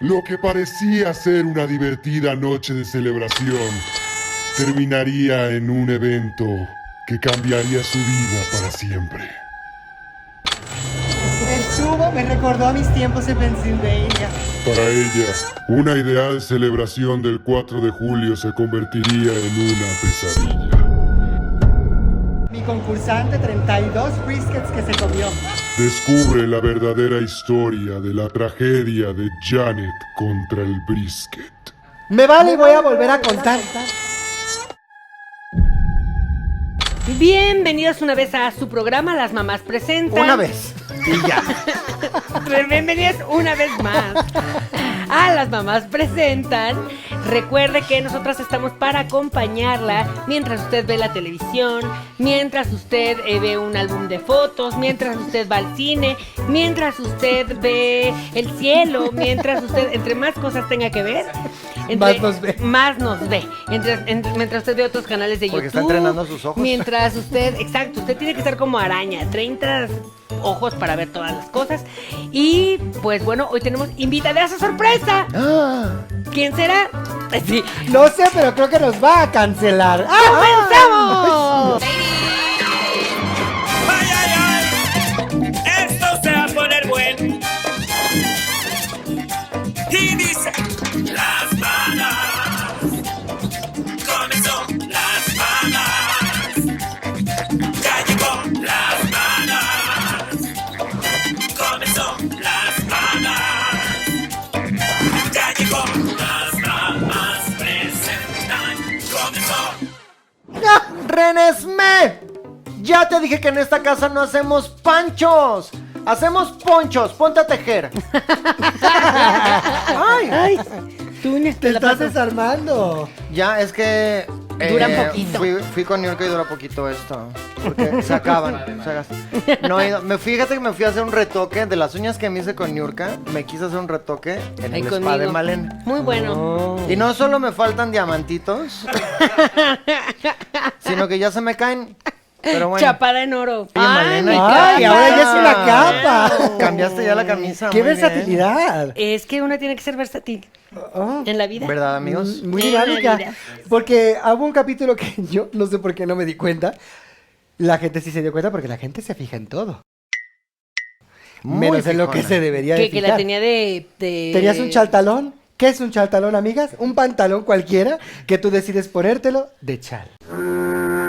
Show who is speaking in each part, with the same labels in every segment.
Speaker 1: Lo que parecía ser una divertida noche de celebración terminaría en un evento que cambiaría su vida para siempre.
Speaker 2: El subo me recordó a mis tiempos en Pensilvania.
Speaker 1: Para ella, una ideal celebración del 4 de julio se convertiría en una pesadilla.
Speaker 2: Mi concursante 32 briskets que se comió.
Speaker 1: Descubre la verdadera historia de la tragedia de Janet contra el brisket.
Speaker 2: Me vale y voy a volver a contar.
Speaker 3: Bienvenidos una vez a su programa Las Mamás Presentan.
Speaker 4: Una vez. Y ya.
Speaker 3: Bienvenidos una vez más a Las Mamás Presentan. Recuerde que nosotras estamos para acompañarla mientras usted ve la televisión, mientras usted eh, ve un álbum de fotos, mientras usted va al cine, mientras usted ve el cielo, mientras usted, entre más cosas tenga que ver, entre-
Speaker 4: Más nos ve.
Speaker 3: Más nos ve. Entre- entre- mientras usted ve otros canales de
Speaker 4: Porque está
Speaker 3: YouTube.
Speaker 4: entrenando sus ojos.
Speaker 3: mientras Mientras usted, exacto, usted tiene que estar como araña, 30 ojos para ver todas las cosas. Y pues bueno, hoy tenemos invitada a sorpresa.
Speaker 4: Ah,
Speaker 3: ¿Quién será? Sí.
Speaker 2: No sé, pero creo que nos va a cancelar. ¡Ah!
Speaker 3: ¡Comenzamos!
Speaker 5: ¡Ay, ay, ay! Esto se va a poner bueno. Y dice: Las balas. Comenzó las balas. Ya llegó las balas. Comenzó las balas. Ya llegó las balas. Presentan. Comenzó.
Speaker 4: ¡Ah! ¡Renesme! Ya te dije que en esta casa no hacemos panchos. Hacemos ponchos. Ponte a tejer. Ay,
Speaker 2: ¡Ay!
Speaker 3: Tú
Speaker 2: Te estás desarmando.
Speaker 4: Ya, es que. eh,
Speaker 3: Dura poquito.
Speaker 4: Fui, fui con New y dura poquito esto. Porque se acaban. se gas- no, he ido- me, fíjate que me fui a hacer un retoque de las uñas que me hice con Niurka. Me quise hacer un retoque en el spa de Malena.
Speaker 3: Muy bueno.
Speaker 4: Oh. Y no solo me faltan diamantitos, sino que ya se me caen. Pero bueno.
Speaker 3: Chapada en oro.
Speaker 4: Oye, Malena,
Speaker 3: mi
Speaker 2: ¡Ay!
Speaker 3: capa.
Speaker 2: Ahora ya es una capa.
Speaker 4: Cambiaste ya la camisa.
Speaker 2: ¡Qué
Speaker 4: muy bien.
Speaker 2: versatilidad!
Speaker 3: Es que uno tiene que ser versátil
Speaker 2: Oh.
Speaker 3: en la vida.
Speaker 4: ¿Verdad, amigos?
Speaker 2: Muy
Speaker 3: En
Speaker 2: dinámica.
Speaker 3: Navidad.
Speaker 2: Porque hubo un capítulo que yo no sé por qué no me di cuenta. La gente sí se dio cuenta porque la gente se fija en todo.
Speaker 4: Muy
Speaker 2: menos en lo que
Speaker 4: fijona.
Speaker 2: se debería de
Speaker 3: Que, que la
Speaker 2: fijar.
Speaker 3: tenía de, de-
Speaker 2: Tenías un chaltalón. ¿Qué es un chaltalón, amigas? Un pantalón cualquiera que tú decides ponértelo de chal.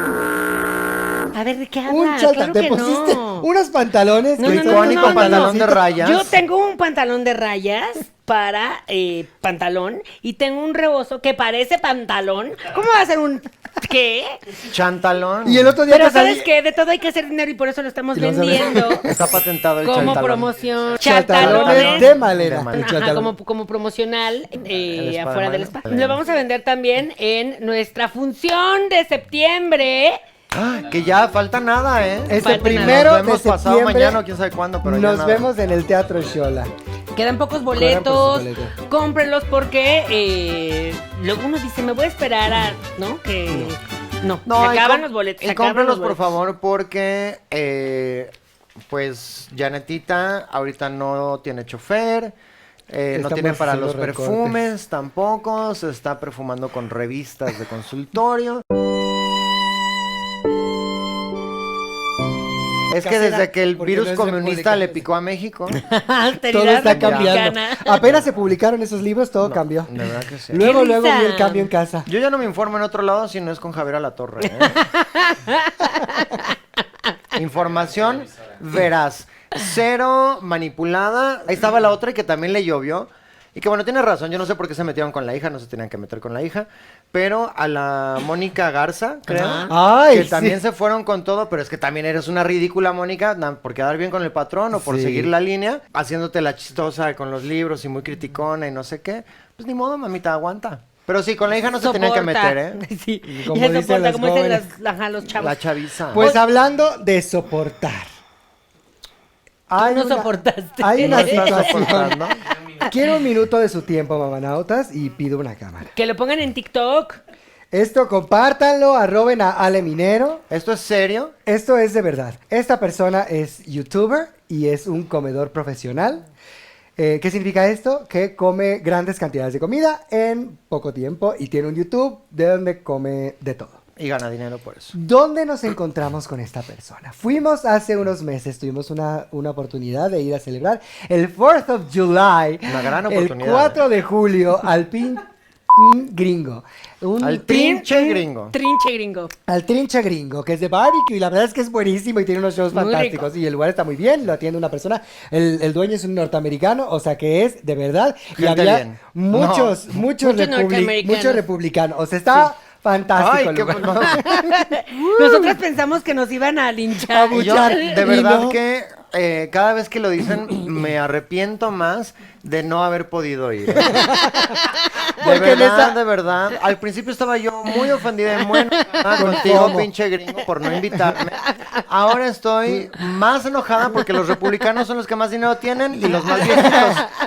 Speaker 3: A ver, ¿de qué hablas?
Speaker 2: un chaltalón.
Speaker 3: Claro
Speaker 2: Te
Speaker 3: que
Speaker 2: pusiste
Speaker 3: no.
Speaker 2: unos pantalones.
Speaker 3: No,
Speaker 2: que
Speaker 3: no,
Speaker 2: son
Speaker 3: no,
Speaker 4: Icónico
Speaker 3: no, no,
Speaker 4: pantalón de rayas.
Speaker 3: Yo tengo un pantalón de rayas para eh, pantalón y tengo un rebozo que parece pantalón. ¿Cómo va a ser un qué?
Speaker 4: Chantalón.
Speaker 2: Y el otro día
Speaker 3: Pero
Speaker 2: que salí-
Speaker 3: sabes que de todo hay que hacer dinero y por eso lo estamos
Speaker 2: Y lo vas a ver.
Speaker 3: vendiendo
Speaker 4: Está patentado el
Speaker 3: como
Speaker 4: chantalón.
Speaker 3: promoción.
Speaker 2: Chaltalones
Speaker 3: Chatalones.
Speaker 2: de malera.
Speaker 4: De
Speaker 2: El
Speaker 4: malera.
Speaker 3: Ajá,
Speaker 2: chaltalón.
Speaker 3: como, como promocional eh,
Speaker 4: El spa de
Speaker 3: afuera del
Speaker 4: Mayo.
Speaker 3: spa. Lo vamos a vender también en nuestra función de septiembre.
Speaker 4: Ah, que ya falta nada, ¿eh?
Speaker 2: Este
Speaker 3: Falta
Speaker 2: primero
Speaker 4: Nos vemos
Speaker 2: de
Speaker 4: pasado
Speaker 2: septiembre,
Speaker 4: mañana o quién sabe cuándo, pero ya
Speaker 2: Nos
Speaker 4: nada.
Speaker 2: vemos en el Teatro Xola.
Speaker 3: Quedan pocos
Speaker 2: Corran
Speaker 3: boletos,
Speaker 2: por sus boletos.
Speaker 3: cómprenlos porque eh, luego uno dice, me voy a esperar a... ¿No? Que... No, se
Speaker 4: y
Speaker 3: acaban
Speaker 4: com-
Speaker 3: los boletos.
Speaker 4: Y
Speaker 3: se acaban
Speaker 4: cómprenlos,
Speaker 3: los
Speaker 4: por
Speaker 3: boletos.
Speaker 4: favor, porque, eh, pues, Janetita ahorita no tiene chofer, eh, no
Speaker 2: Estamos
Speaker 4: tiene para
Speaker 2: haciendo
Speaker 4: los
Speaker 2: recortes.
Speaker 4: perfumes tampoco, se está perfumando con revistas de consultorio. Es que
Speaker 2: Casera,
Speaker 4: desde que el
Speaker 2: porque
Speaker 4: virus
Speaker 2: no es
Speaker 4: comunista
Speaker 2: República
Speaker 4: le
Speaker 2: Checa.
Speaker 4: picó a México,
Speaker 3: Austeridad
Speaker 2: Todo está
Speaker 3: republicana.
Speaker 2: cambiando. Apenas se publicaron esos libros, todo cambió.
Speaker 4: de verdad que sí.
Speaker 2: Luego,
Speaker 3: Qué
Speaker 2: luego
Speaker 3: risa.
Speaker 2: vi el cambio en casa.
Speaker 4: Yo ya no me informo en otro lado si no es con Javier Alatorre. ¿eh? Información verás. Cero manipulada. Ahí estaba la otra y que también le llovió. Y que bueno, tiene razón, yo no sé por qué se metieron con la hija, no se tenían que meter con la hija, pero a la Mónica Garza, creo,
Speaker 2: Ajá. Ay,
Speaker 4: que
Speaker 2: sí.
Speaker 4: también se fueron con todo, pero es que también eres una ridícula, Mónica, na- por quedar bien con el patrón o por
Speaker 2: Sí.
Speaker 4: seguir la línea, haciéndote la chistosa con los libros y muy criticona y no sé qué. Pues ni modo, mamita, aguanta. Pero sí, con la hija no se tenían que
Speaker 3: Soporta.
Speaker 4: meter, ¿eh?
Speaker 3: Sí,
Speaker 2: Como
Speaker 3: ya
Speaker 2: dicen
Speaker 3: soporta,
Speaker 2: los
Speaker 3: como dicen
Speaker 2: jóvenes.
Speaker 3: las- ajá, los chavos.
Speaker 4: La chaviza.
Speaker 3: Ah.
Speaker 2: Pues hablando de soportar.
Speaker 3: no soportaste.
Speaker 2: Hay una
Speaker 3: No estás
Speaker 2: situación.
Speaker 4: soportando.
Speaker 2: Quiero un minuto de su tiempo, mamanautas, y pido una cámara.
Speaker 3: Que lo pongan en TikTok.
Speaker 2: Esto compártanlo, arroben a Ale Minero.
Speaker 4: ¿Esto es serio?
Speaker 2: Esto es de verdad. Esta persona es youtuber y es un comedor profesional. Eh, ¿Qué significa esto? Que come grandes cantidades de comida en poco tiempo y tiene un YouTube de donde come de todo.
Speaker 4: Y gana dinero por eso.
Speaker 2: ¿Dónde nos encontramos con esta persona? Fuimos hace unos meses, tuvimos una, una oportunidad de ir a celebrar el 4th of July.
Speaker 4: Una gran
Speaker 2: El
Speaker 4: oportunidad, ¿eh?
Speaker 2: 4 de julio al pin mm, gringo. Un
Speaker 4: Al
Speaker 2: pin-
Speaker 4: pinche gringo.
Speaker 3: Trinche gringo.
Speaker 2: al trincha gringo, que es de barbecue, y la verdad es que es buenísimo y tiene unos shows
Speaker 3: Muy
Speaker 2: fantásticos. Y el lugar está muy bien, lo atiende una persona. El, el dueño es un norteamericano, o sea que es de verdad. y
Speaker 4: Gente
Speaker 2: había
Speaker 4: bien.
Speaker 2: muchos, muchos,
Speaker 3: Muchos
Speaker 2: republi-
Speaker 3: norteamericanos.
Speaker 2: muchos republicanos. O sea, está fantástico.
Speaker 4: Ay,
Speaker 2: el
Speaker 4: qué
Speaker 2: lugar.
Speaker 4: no.
Speaker 3: Nosotras pensamos que nos iban a linchar.
Speaker 4: Y yo, de
Speaker 2: y
Speaker 4: verdad
Speaker 2: no.
Speaker 4: que eh, cada vez que lo dicen me arrepiento más de no haber podido ir. ¿eh? De
Speaker 2: Porque me
Speaker 4: verdad,
Speaker 2: sa-
Speaker 4: de verdad. Al principio estaba yo muy ofendida y muy enojada contigo,
Speaker 2: cómo?
Speaker 4: pinche gringo, por no invitarme. Ahora estoy más enojada porque los republicanos son los que más dinero tienen y los más viejitos.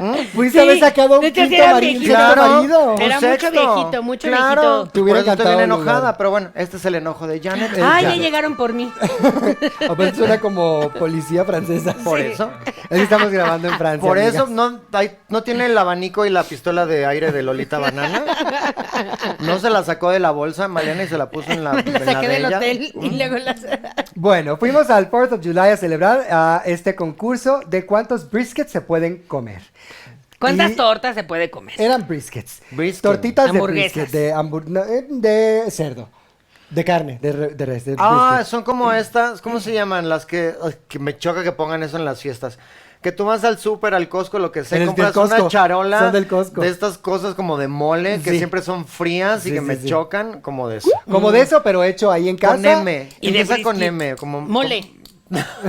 Speaker 4: ¿Mm?
Speaker 2: Fuiste a
Speaker 3: Sí,
Speaker 2: haber sacado un
Speaker 3: de hecho, sí
Speaker 2: quinto
Speaker 3: era
Speaker 2: amarillo, un
Speaker 3: viejito.
Speaker 2: quinto amarillo.
Speaker 3: Claro.
Speaker 4: un
Speaker 3: Era mucho viejito, mucho
Speaker 4: claro,
Speaker 3: viejito.
Speaker 2: Te
Speaker 4: Por
Speaker 2: hubiera
Speaker 4: eso estoy
Speaker 2: encantado
Speaker 4: bien
Speaker 2: un lugar.
Speaker 4: enojada, pero bueno, este es el enojo de Janet.
Speaker 3: Ah, ya
Speaker 4: Janet.
Speaker 3: llegaron por mí.
Speaker 2: Aparte suena como policía francesa.
Speaker 4: Por eso.
Speaker 2: Es que Estamos grabando en Francia.
Speaker 4: Por
Speaker 2: amigas.
Speaker 4: eso no, hay- no tiene el abanico y la pistola de aire de Lolita Banana. No se la sacó de la bolsa, Mariana, y se la puso en la, en
Speaker 3: La
Speaker 4: la
Speaker 3: saqué
Speaker 4: de
Speaker 3: del
Speaker 4: ella.
Speaker 3: hotel y luego las...
Speaker 2: Bueno, fuimos al 4th of July a celebrar ah, este concurso de cuántos briskets se pueden comer.
Speaker 3: ¿Cuántas
Speaker 2: Y-
Speaker 3: tortas se puede comer?
Speaker 2: Eran briskets.
Speaker 4: Brisket.
Speaker 2: Tortitas de
Speaker 3: Hamburguesas.
Speaker 2: brisket, de, hambur- no, eh, de cerdo, de carne, de, re- de res, de
Speaker 4: Ah,
Speaker 2: brisket.
Speaker 4: son como estas, ¿cómo se llaman? Las que, ay, que me choca que pongan eso en las fiestas. Que tú vas al súper, al Costco, lo que sea,
Speaker 2: En
Speaker 4: y
Speaker 2: el del
Speaker 4: compras una
Speaker 2: Costco.
Speaker 4: charola
Speaker 2: Son del Costco.
Speaker 4: de estas cosas como de mole, que
Speaker 2: Sí.
Speaker 4: siempre son frías y
Speaker 2: Sí,
Speaker 4: que
Speaker 2: sí,
Speaker 4: me
Speaker 2: sí.
Speaker 4: chocan, como de eso.
Speaker 2: Como de eso, pero hecho ahí en casa.
Speaker 4: Con M.
Speaker 3: Y de
Speaker 4: Empieza con
Speaker 3: brisket.
Speaker 4: M. Como,
Speaker 3: Mole.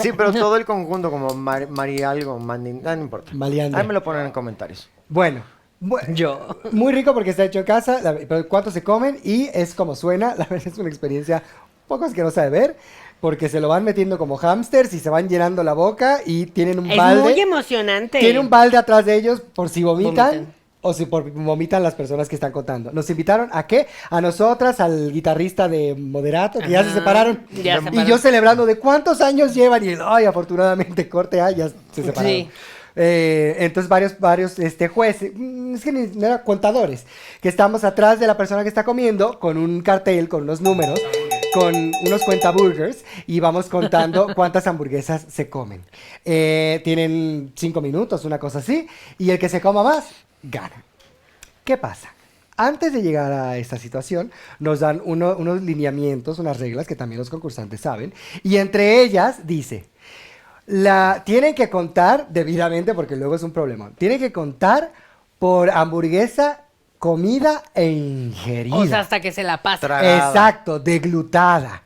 Speaker 4: Sí, pero todo el conjunto, como Mar- Mari algo, Mandin, ah, no importa.
Speaker 2: Maleandra.
Speaker 4: Ahí me lo ponen en comentarios.
Speaker 2: Bueno. bu-
Speaker 3: Yo.
Speaker 2: Muy rico porque está hecho en casa, la- pero cuántos se comen y es como suena, la verdad es una experiencia un poco asquerosa de ver, porque se lo van metiendo como hamsters y se van llenando la boca y tienen un
Speaker 3: Es
Speaker 2: balde.
Speaker 3: muy em-, emocionante.
Speaker 2: Tiene un balde atrás de ellos por si vomitan.
Speaker 3: Vomitan.
Speaker 2: O si por, vomitan las personas que están contando. Nos invitaron a qué? A nosotras, al guitarrista de Moderato, que ya se
Speaker 3: Ajá,
Speaker 2: separaron.
Speaker 3: ya se
Speaker 2: y
Speaker 3: separaron.
Speaker 2: yo celebrando de cuántos años llevan. Y el, ay, afortunadamente, corte, ah, ya se separaron.
Speaker 3: Sí.
Speaker 2: Eh, entonces varios, varios este, jueces, mm, es que ni, no eran contadores, que estamos atrás de la persona que está comiendo con un cartel, con unos números, con unos cuentaburgers y vamos contando cuántas hamburguesas se comen. Eh, tienen cinco minutos, una cosa así, y el que se coma más, gana. ¿Qué pasa? Antes de llegar a esta situación, nos dan uno- unos lineamientos, unas reglas que también los concursantes saben, y entre ellas dice, la tienen que contar debidamente porque luego es un problema. Tienen que contar por hamburguesa, comida e ingerida.
Speaker 3: O sea, hasta que se la pasa. Eh,
Speaker 4: tragada.
Speaker 2: Exacto, deglutada.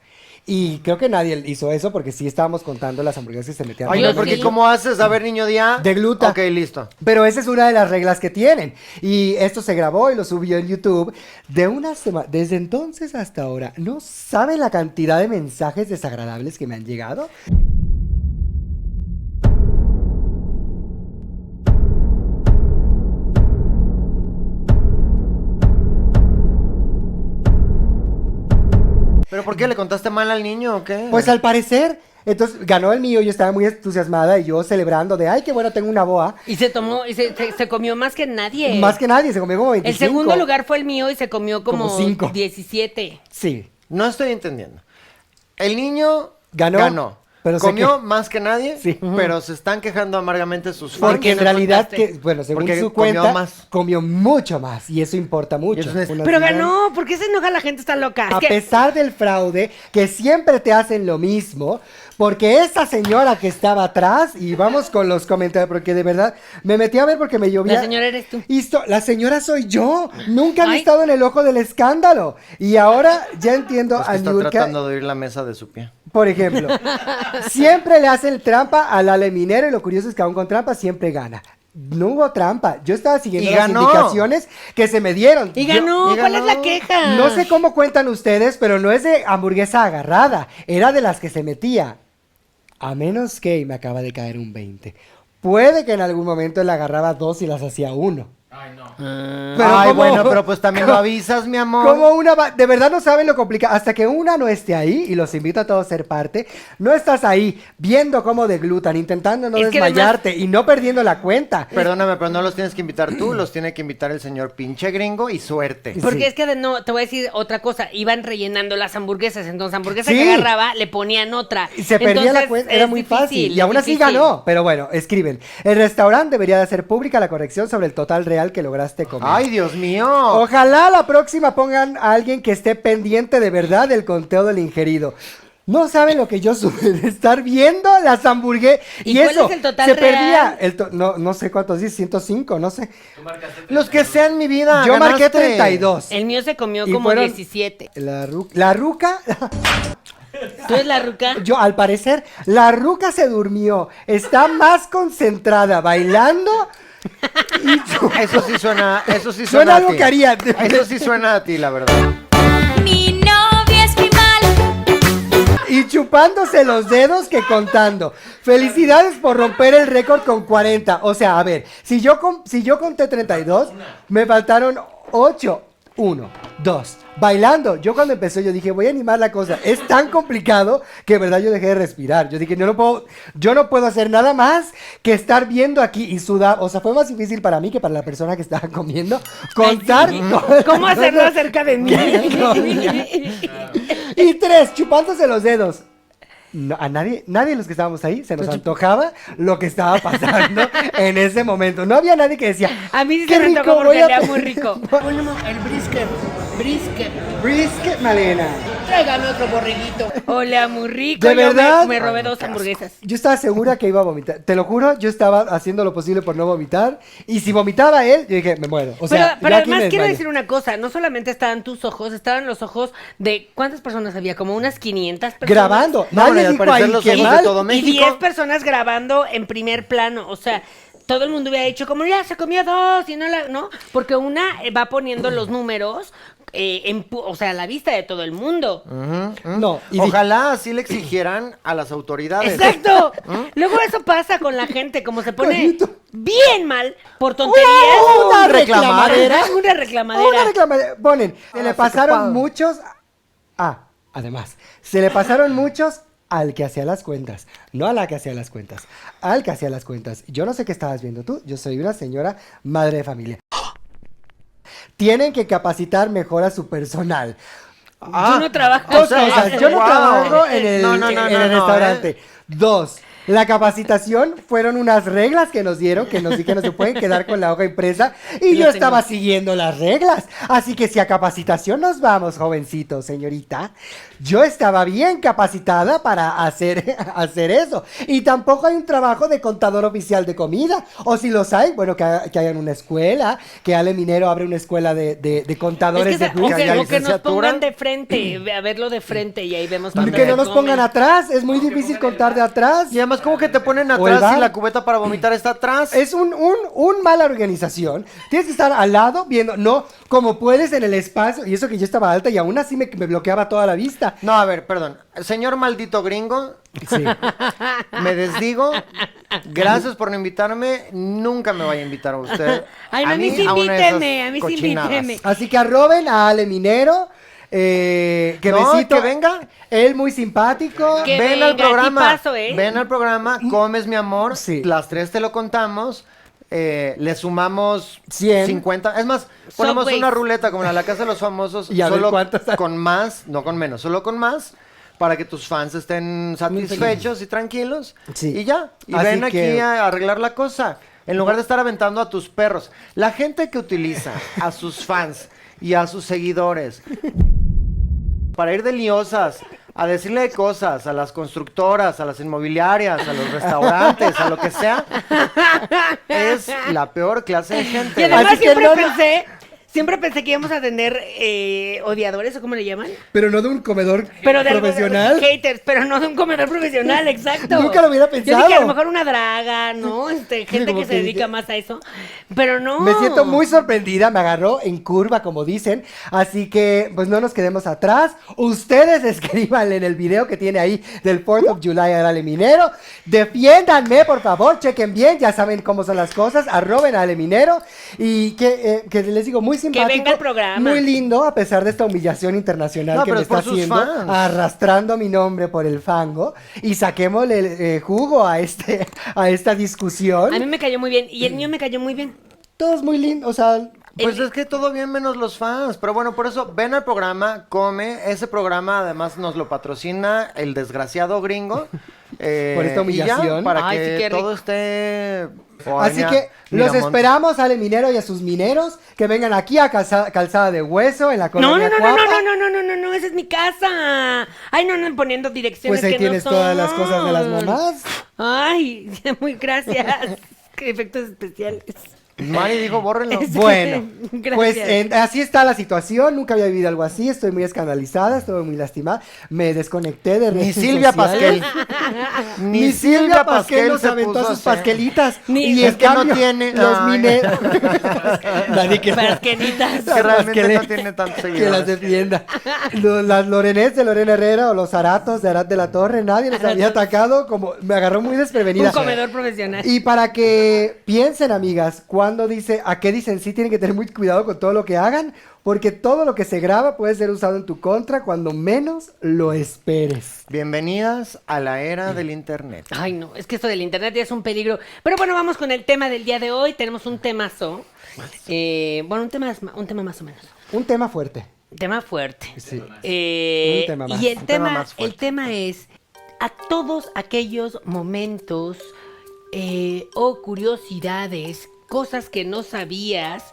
Speaker 2: Y creo que nadie hizo eso porque sí estábamos contando las hamburguesas que se metían.
Speaker 4: Ay,
Speaker 3: Yo
Speaker 4: no, porque
Speaker 3: sí.
Speaker 4: ¿cómo haces? A ver, niño día.
Speaker 2: De gluta.
Speaker 4: Ok, listo.
Speaker 2: Pero esa es una de las reglas que tienen. Y esto se grabó y lo subió en YouTube. De una semana, desde entonces hasta ahora, ¿no saben la cantidad de mensajes desagradables que me han llegado?
Speaker 4: ¿Pero por qué le contaste mal al niño o qué?
Speaker 2: Pues al parecer, entonces ganó el mío, yo estaba muy entusiasmada y yo celebrando de, ay, qué bueno, tengo una boa.
Speaker 3: Y se tomó, y se, se- se comió más que nadie.
Speaker 2: Más que nadie, se comió como 25.
Speaker 3: El segundo lugar fue el mío y se comió como,
Speaker 2: Como cinco.
Speaker 3: 17.
Speaker 2: Sí.
Speaker 4: No estoy entendiendo. El niño
Speaker 2: Ganó, pero se
Speaker 4: Comió
Speaker 2: que-
Speaker 4: más que nadie,
Speaker 2: Sí.
Speaker 4: pero se están quejando amargamente sus fans.
Speaker 2: Porque en
Speaker 3: no
Speaker 2: realidad,
Speaker 3: contaste?
Speaker 2: que, bueno, según
Speaker 4: Porque
Speaker 2: su
Speaker 4: comió
Speaker 2: cuenta, comió,
Speaker 4: más.
Speaker 2: mucho más y eso importa mucho.
Speaker 4: eso es-
Speaker 2: Una
Speaker 3: Pero
Speaker 2: ciudad-
Speaker 3: ganó, ¿por qué se enoja la gente? Está loca. Es
Speaker 2: A
Speaker 3: que-
Speaker 2: pesar del fraude, que siempre te hacen lo mismo, porque esa señora que estaba atrás, y vamos con los comentarios, porque de verdad me metí a ver porque me llovía.
Speaker 3: La señora eres tú.
Speaker 2: Y esto- la señora soy yo. Nunca había
Speaker 3: Ay.
Speaker 2: estado en el ojo del escándalo. Y ahora ya entiendo
Speaker 4: Es que
Speaker 2: a
Speaker 4: está
Speaker 2: Niurka,
Speaker 4: tratando de oír la mesa de su pie.
Speaker 2: por ejemplo. siempre le hacen trampa al Ale Minero, y lo curioso es que aún con trampa siempre gana. No hubo trampa. Yo estaba siguiendo
Speaker 4: Y
Speaker 2: las
Speaker 4: ganó.
Speaker 2: indicaciones que se me dieron.
Speaker 3: Y
Speaker 2: Yo-
Speaker 3: ganó,
Speaker 4: y
Speaker 3: ¿cuál
Speaker 4: ganó.
Speaker 3: es la queja?
Speaker 2: no sé cómo cuentan ustedes, pero no es de hamburguesa agarrada, era de las que se metía. A menos que, y me acaba de caer un 20, puede que en algún momento él agarraba dos y las hacía uno.
Speaker 3: Ah.
Speaker 2: Pero
Speaker 4: Ay,
Speaker 2: ¿cómo?
Speaker 4: bueno, pero pues también lo avisas, mi amor.
Speaker 2: Como una va- de verdad no saben lo complicado. Hasta que una no esté ahí, y los invito a todos a ser parte, no estás ahí viendo cómo deglutan, intentando no
Speaker 3: Es que además-
Speaker 2: desmayarte y no perdiendo la cuenta.
Speaker 4: Perdóname, pero no los tienes que invitar tú, los tiene que invitar el señor pinche gringo y suerte.
Speaker 2: Sí.
Speaker 3: Porque es que de- no, te voy a decir otra cosa, iban rellenando las hamburguesas, entonces hamburguesa
Speaker 2: Sí.
Speaker 3: que agarraba le ponían otra.
Speaker 2: Y se perdía la
Speaker 3: Entonces,
Speaker 2: cuenta,
Speaker 3: es
Speaker 2: era muy
Speaker 3: difícil,
Speaker 2: fácil. Y
Speaker 3: es
Speaker 2: aún así
Speaker 3: difícil.
Speaker 2: ganó. Pero bueno, escriben. El restaurante debería de hacer pública la corrección sobre el total real que lograste comer.
Speaker 4: Ay, Dios mío.
Speaker 2: Ojalá la próxima pongan a alguien que esté pendiente de verdad del conteo del ingerido. No saben lo que yo supe de estar viendo las hamburguesas.
Speaker 3: ¿Y
Speaker 2: Y,
Speaker 3: cuál
Speaker 2: eso,
Speaker 3: es el total
Speaker 2: se
Speaker 3: real?
Speaker 2: perdía. El to- no, no sé cuántos dice, 105, no sé.
Speaker 4: Los que sean mi vida.
Speaker 2: Yo marqué
Speaker 4: Ah, ganaste.
Speaker 2: 32.
Speaker 3: El mío se comió
Speaker 2: Y
Speaker 3: como
Speaker 2: fueron-
Speaker 3: 17.
Speaker 2: La, ru- la ruca,
Speaker 3: ¿Tú eres la ruca?
Speaker 2: yo al parecer, la ruca se durmió. Está más concentrada bailando.
Speaker 4: Eso sí suena, eso sí suena.
Speaker 2: Suena
Speaker 4: a
Speaker 2: algo
Speaker 4: ti.
Speaker 2: que haría.
Speaker 4: Eso sí suena a ti, la verdad.
Speaker 6: Mi novia es mi mal.
Speaker 2: y chupándose los dedos que contando. Felicidades por romper el récord con 40. O sea, a ver, si yo, con- si yo conté 32, me faltaron 8. 1, 2. Bailando. Yo cuando empecé yo dije, voy a animar la cosa. Es tan complicado que de verdad yo dejé de respirar. Yo dije, yo no puedo, yo no puedo hacer nada más que estar viendo aquí y sudar. O sea, fue más difícil para mí que para la persona que estaba comiendo contar. todas
Speaker 3: ¿Cómo
Speaker 2: las
Speaker 3: hacerlo
Speaker 2: cosas
Speaker 3: acerca de mí?
Speaker 2: que comía. Y tres, chupándose los dedos. No, a nadie, nadie de los que estábamos ahí se nos antojaba lo que estaba pasando en ese momento. No había nadie que decía,
Speaker 3: A mí sí
Speaker 2: "Qué
Speaker 3: se me
Speaker 2: rico,
Speaker 3: tocó
Speaker 2: voy
Speaker 3: porque
Speaker 2: a
Speaker 3: era
Speaker 2: pe-
Speaker 3: muy rico.
Speaker 7: El brisket, brisket,
Speaker 2: Brisket, Malena.
Speaker 7: tráigame otro borreguito.
Speaker 3: Olea muy rico.
Speaker 2: ¿De
Speaker 3: yo me-
Speaker 2: verdad?
Speaker 3: Me, robé dos hamburguesas.
Speaker 2: Yo estaba segura que iba a vomitar. Te lo juro, yo estaba haciendo lo posible por no vomitar. Y si vomitaba él, yo dije, me muero. O sea,
Speaker 3: pero pero
Speaker 2: yo aquí me
Speaker 3: además quiero
Speaker 2: desmayo.
Speaker 3: decir una cosa, no solamente estaban tus ojos, estaban los ojos de ¿cuántas personas había? Como unas 500 personas.
Speaker 2: Grabando.
Speaker 4: No,
Speaker 2: nadie
Speaker 4: bueno, al
Speaker 2: dijo
Speaker 4: parecer
Speaker 2: ahí
Speaker 4: los
Speaker 2: que
Speaker 4: ojos de
Speaker 2: mal.
Speaker 4: todo
Speaker 3: Y
Speaker 4: México.
Speaker 3: 10 personas grabando en primer plano, o sea, todo el mundo hubiera dicho como ya se comió dos y no la, ¿no? Porque una eh, va poniendo los números eh, en pu- o sea, a la vista de todo el mundo.
Speaker 2: No, y dije,
Speaker 4: Ojalá así le exigieran a las autoridades.
Speaker 3: Exacto.
Speaker 2: ¿Mm?
Speaker 3: Luego eso pasa con la gente, como se pone
Speaker 2: Coñito.
Speaker 3: bien mal por tonterías.
Speaker 2: ¡Oh, una
Speaker 3: Ajá,
Speaker 2: reclamadera!
Speaker 3: Una
Speaker 2: Una
Speaker 3: reclamadera.
Speaker 2: reclamadera. Ponen, se
Speaker 4: Ah,
Speaker 2: le
Speaker 4: se
Speaker 2: pasaron
Speaker 4: toparon.
Speaker 2: muchos. Ah, además, se le pasaron muchos al que hacía las cuentas, no a la que hacía las cuentas, al que hacía las cuentas. Yo no sé qué estabas viendo tú, yo soy una señora madre de familia. Tienen que capacitar mejor a su personal.
Speaker 3: Yo no trabajo.
Speaker 2: Dos
Speaker 4: Ah, o sea,
Speaker 2: cosas, yo no
Speaker 4: wow.
Speaker 2: trabajo en el,
Speaker 4: No, no, no,
Speaker 2: en el
Speaker 4: no, no,
Speaker 2: restaurante.
Speaker 4: ¿eh?
Speaker 2: Dos, la capacitación fueron unas reglas que nos dieron, que nos dijeron que no se pueden quedar con la hoja impresa, y
Speaker 3: Lo
Speaker 2: yo
Speaker 3: tengo.
Speaker 2: estaba siguiendo las reglas. Así que si a capacitación nos vamos, jovencito, señorita, yo estaba bien capacitada para hacer, hacer eso. Y tampoco hay un trabajo de contador oficial de comida. O si los hay, bueno, que, ha- que hayan una escuela, que Ale Minero abre una escuela de, de- de
Speaker 3: Es
Speaker 2: contadores
Speaker 3: que,
Speaker 2: de
Speaker 3: se-
Speaker 2: Google.
Speaker 3: o que,
Speaker 4: haya
Speaker 3: o que nos
Speaker 4: licenciatura.
Speaker 3: pongan de frente, a verlo de frente y ahí vemos cuando
Speaker 2: Que no
Speaker 3: se
Speaker 2: nos
Speaker 3: comen.
Speaker 2: pongan atrás, es muy difícil contar de atrás.
Speaker 4: Y además, como que te ponen
Speaker 2: O el
Speaker 4: atrás
Speaker 2: bar.
Speaker 4: y la cubeta para vomitar está atrás?
Speaker 2: Es un, un, un mala organización. Tienes que estar al lado viendo, no, como puedes en el espacio. Y eso que yo estaba alta y aún así me, me bloqueaba toda la vista.
Speaker 4: No, a ver, perdón. Señor maldito gringo,
Speaker 2: Sí.
Speaker 4: me desdigo. Gracias por no invitarme. Nunca me vaya a invitar a usted.
Speaker 3: Ay, no, a mí sí
Speaker 4: una de esas
Speaker 3: invíteme, a mí sí
Speaker 4: cochinadas.
Speaker 3: invíteme.
Speaker 2: Así que arroben a Ale Minero. eh, que
Speaker 4: No,
Speaker 2: besito.
Speaker 4: que venga.
Speaker 2: Él muy simpático.
Speaker 3: Que
Speaker 4: Ven al
Speaker 3: venga,
Speaker 4: programa.
Speaker 3: tipazo, ¿eh?
Speaker 4: Ven al programa, comes mi amor.
Speaker 2: Sí.
Speaker 4: Las tres te lo contamos. eh, le sumamos
Speaker 2: Cien.
Speaker 4: 50. Es más, ponemos
Speaker 3: Subways.
Speaker 4: una ruleta como en la casa de los famosos.
Speaker 2: Y a ver
Speaker 4: solo
Speaker 2: cuántas-
Speaker 4: con más, no con menos, solo con más. Para que tus fans estén satisfechos y tranquilos.
Speaker 2: Sí.
Speaker 4: Y ya. Y
Speaker 2: Así
Speaker 4: ven aquí
Speaker 2: que-
Speaker 4: a arreglar la cosa. En lugar de estar aventando a tus perros. La gente que utiliza a sus fans y a sus seguidores para ir de liosas a decirle cosas a las constructoras, a las inmobiliarias, a los restaurantes, a lo que sea, es la peor clase de
Speaker 3: Y
Speaker 4: gente.
Speaker 3: además
Speaker 2: Así que
Speaker 3: siempre
Speaker 2: no, no.
Speaker 3: pensé, Siempre pensé que íbamos a tener eh, odiadores, o cómo le llaman.
Speaker 2: Pero no de un comedor
Speaker 3: Pero de
Speaker 2: profesional.
Speaker 3: Haters, pero no de un comedor profesional, exacto.
Speaker 2: Nunca lo hubiera
Speaker 3: Yo dije, a
Speaker 2: pensado.
Speaker 3: lo mejor una draga, ¿no? Este, gente
Speaker 2: como
Speaker 3: que se
Speaker 2: que
Speaker 3: dedica
Speaker 2: dije-
Speaker 3: más a eso. Pero no.
Speaker 2: Me siento muy sorprendida, me agarró en curva, como dicen. Así que, pues no nos quedemos atrás. Ustedes escríbanle en el video que tiene ahí del 4 of July a Ale Minero. Defiéndanme, por favor, chequen bien, ya saben cómo son las cosas. Arroben a Ale Minero. Y que, eh, que les digo, muy simpático.
Speaker 3: venga al programa.
Speaker 2: Muy lindo, a pesar de esta humillación internacional
Speaker 4: No,
Speaker 2: que
Speaker 4: pero
Speaker 2: me
Speaker 4: es
Speaker 2: está
Speaker 4: por sus
Speaker 2: haciendo.
Speaker 4: fans.
Speaker 2: Arrastrando mi nombre por el fango. Y saquémosle eh, jugo a, este, a esta discusión.
Speaker 3: A mí me cayó muy bien. Y el niño me cayó muy bien.
Speaker 2: Todos muy lindos, o sea,
Speaker 4: Pues es que todo bien menos los fans. Pero bueno, por eso ven al programa, come. Ese programa además nos lo patrocina el desgraciado gringo. eh,
Speaker 2: Por esta
Speaker 4: y ya,
Speaker 2: humillación.
Speaker 4: para
Speaker 3: Ay, sí,
Speaker 4: que
Speaker 3: qué rico.
Speaker 4: todo esté.
Speaker 2: Así
Speaker 4: Oaña,
Speaker 2: que los
Speaker 4: Miramontes.
Speaker 2: esperamos, Ale Minero y a sus mineros, que vengan aquí a Calza- Calzada de Hueso, en la
Speaker 3: No, no,
Speaker 2: colonia
Speaker 3: no, no,
Speaker 2: Cuapa.
Speaker 3: no, no, no, no, no, no, esa es mi casa. Ay, no, no, poniendo direcciones
Speaker 2: Pues ahí
Speaker 3: que no
Speaker 2: tienes todas las
Speaker 3: son.
Speaker 2: cosas de las mamás.
Speaker 3: Ay, muy gracias. Qué efectos especiales.
Speaker 4: Mari dijo, bórrenlo.
Speaker 3: Es-
Speaker 2: Bueno,
Speaker 3: Gracias.
Speaker 2: pues en- así está la situación. Nunca había vivido algo así. Estoy muy escandalizada, estoy muy lastimada. Me desconecté de
Speaker 4: Ni
Speaker 2: redes
Speaker 4: Silvia
Speaker 2: sociales.
Speaker 4: Pasquel.
Speaker 2: Ni Silvia Pasquel nos
Speaker 4: se
Speaker 2: aventó
Speaker 4: puso
Speaker 2: a sus
Speaker 4: hacer.
Speaker 2: pasquelitas.
Speaker 3: Ni-
Speaker 2: y
Speaker 4: Es
Speaker 2: en
Speaker 4: que no
Speaker 2: cambio,
Speaker 4: tiene-
Speaker 2: Los
Speaker 4: Ay.
Speaker 2: mineros. Nadie que-
Speaker 3: Pasquelitas.
Speaker 4: Que realmente
Speaker 2: Pasquel-
Speaker 4: no tiene tantos
Speaker 2: Que las
Speaker 4: seguidores.
Speaker 2: defienda. Lo- las Lorenés de Lorena Herrera o los Aratos de Arat de la Torre, nadie los había atacado, como me agarró muy desprevenida.
Speaker 3: Un comedor profesional.
Speaker 2: Y para que piensen, amigas, cuando dice, a qué dicen sí, tienen que tener muy cuidado con todo lo que hagan, porque todo lo que se graba puede ser usado en tu contra cuando menos lo esperes.
Speaker 4: Bienvenidas a la era del internet.
Speaker 3: Ay, no, es que esto del internet ya es un peligro. Pero bueno, vamos con el tema del día de hoy. Tenemos un temazo. Eh, bueno, un tema, un tema más o menos.
Speaker 2: Un tema fuerte.
Speaker 3: Tema fuerte.
Speaker 2: Sí.
Speaker 3: Eh,
Speaker 2: Un tema más.
Speaker 3: Y el,
Speaker 4: Un tema
Speaker 3: tema,
Speaker 4: más fuerte.
Speaker 3: el tema es a todos aquellos momentos eh, o curiosidades, cosas que no sabías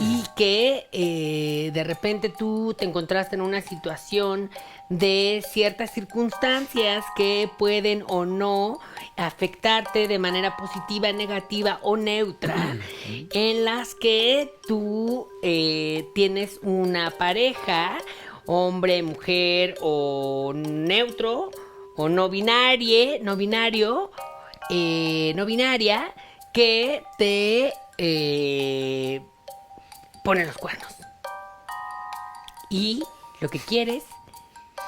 Speaker 3: y que eh, de repente tú te encontraste en una situación de ciertas circunstancias que pueden o no afectarte de manera positiva, negativa o neutra, en las que tú eh, tienes una pareja hombre, mujer o neutro o no binarie, no binario, eh, no binaria, que te eh, pone los cuernos. Y lo que quieres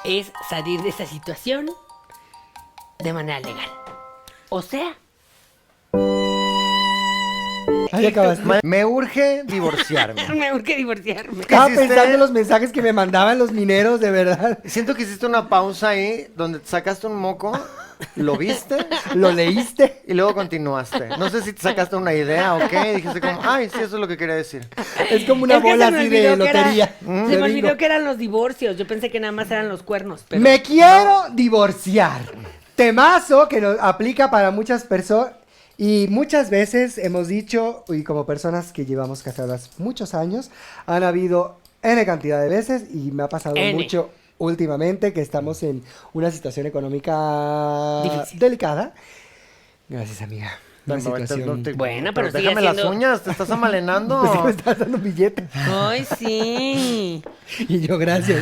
Speaker 3: es salir de esa situación de manera legal. O sea,
Speaker 2: Ahí acabaste.
Speaker 4: Ma- Me urge divorciarme.
Speaker 3: me urge divorciarme.
Speaker 2: Estaba
Speaker 4: hiciste?
Speaker 2: pensando en los mensajes que me mandaban los mineros, de verdad.
Speaker 4: Siento que hiciste una pausa ahí donde te sacaste un moco, lo viste
Speaker 2: ¿Lo leíste?
Speaker 4: y luego continuaste. No sé si te sacaste una idea o qué. y dijiste como, ay, sí, eso es lo que quería decir.
Speaker 2: Es como una
Speaker 3: Es que se
Speaker 2: bola
Speaker 3: me
Speaker 2: así de
Speaker 3: olvidó que era-
Speaker 2: lotería. Mm,
Speaker 3: se
Speaker 2: de
Speaker 3: me
Speaker 2: bingo.
Speaker 3: olvidó que eran los divorcios. Yo pensé que nada más eran los cuernos. Pero...
Speaker 2: Me quiero divorciar. Temazo que nos aplica para muchas personas. Y muchas veces hemos dicho, y como personas que llevamos casadas muchos años, han habido N cantidad de veces, y me ha pasado
Speaker 3: N.
Speaker 2: mucho últimamente, que estamos en una situación económica
Speaker 3: Difícil.
Speaker 2: delicada. Gracias, amiga. Una
Speaker 4: No, entonces
Speaker 2: situación-
Speaker 4: no te-
Speaker 3: Bueno, pero sigue
Speaker 4: déjame las
Speaker 3: siendo-
Speaker 4: uñas, te estás amalenando.
Speaker 2: Pensé que me estabas dando un billete.
Speaker 3: Ay, sí.
Speaker 2: Y yo, gracias.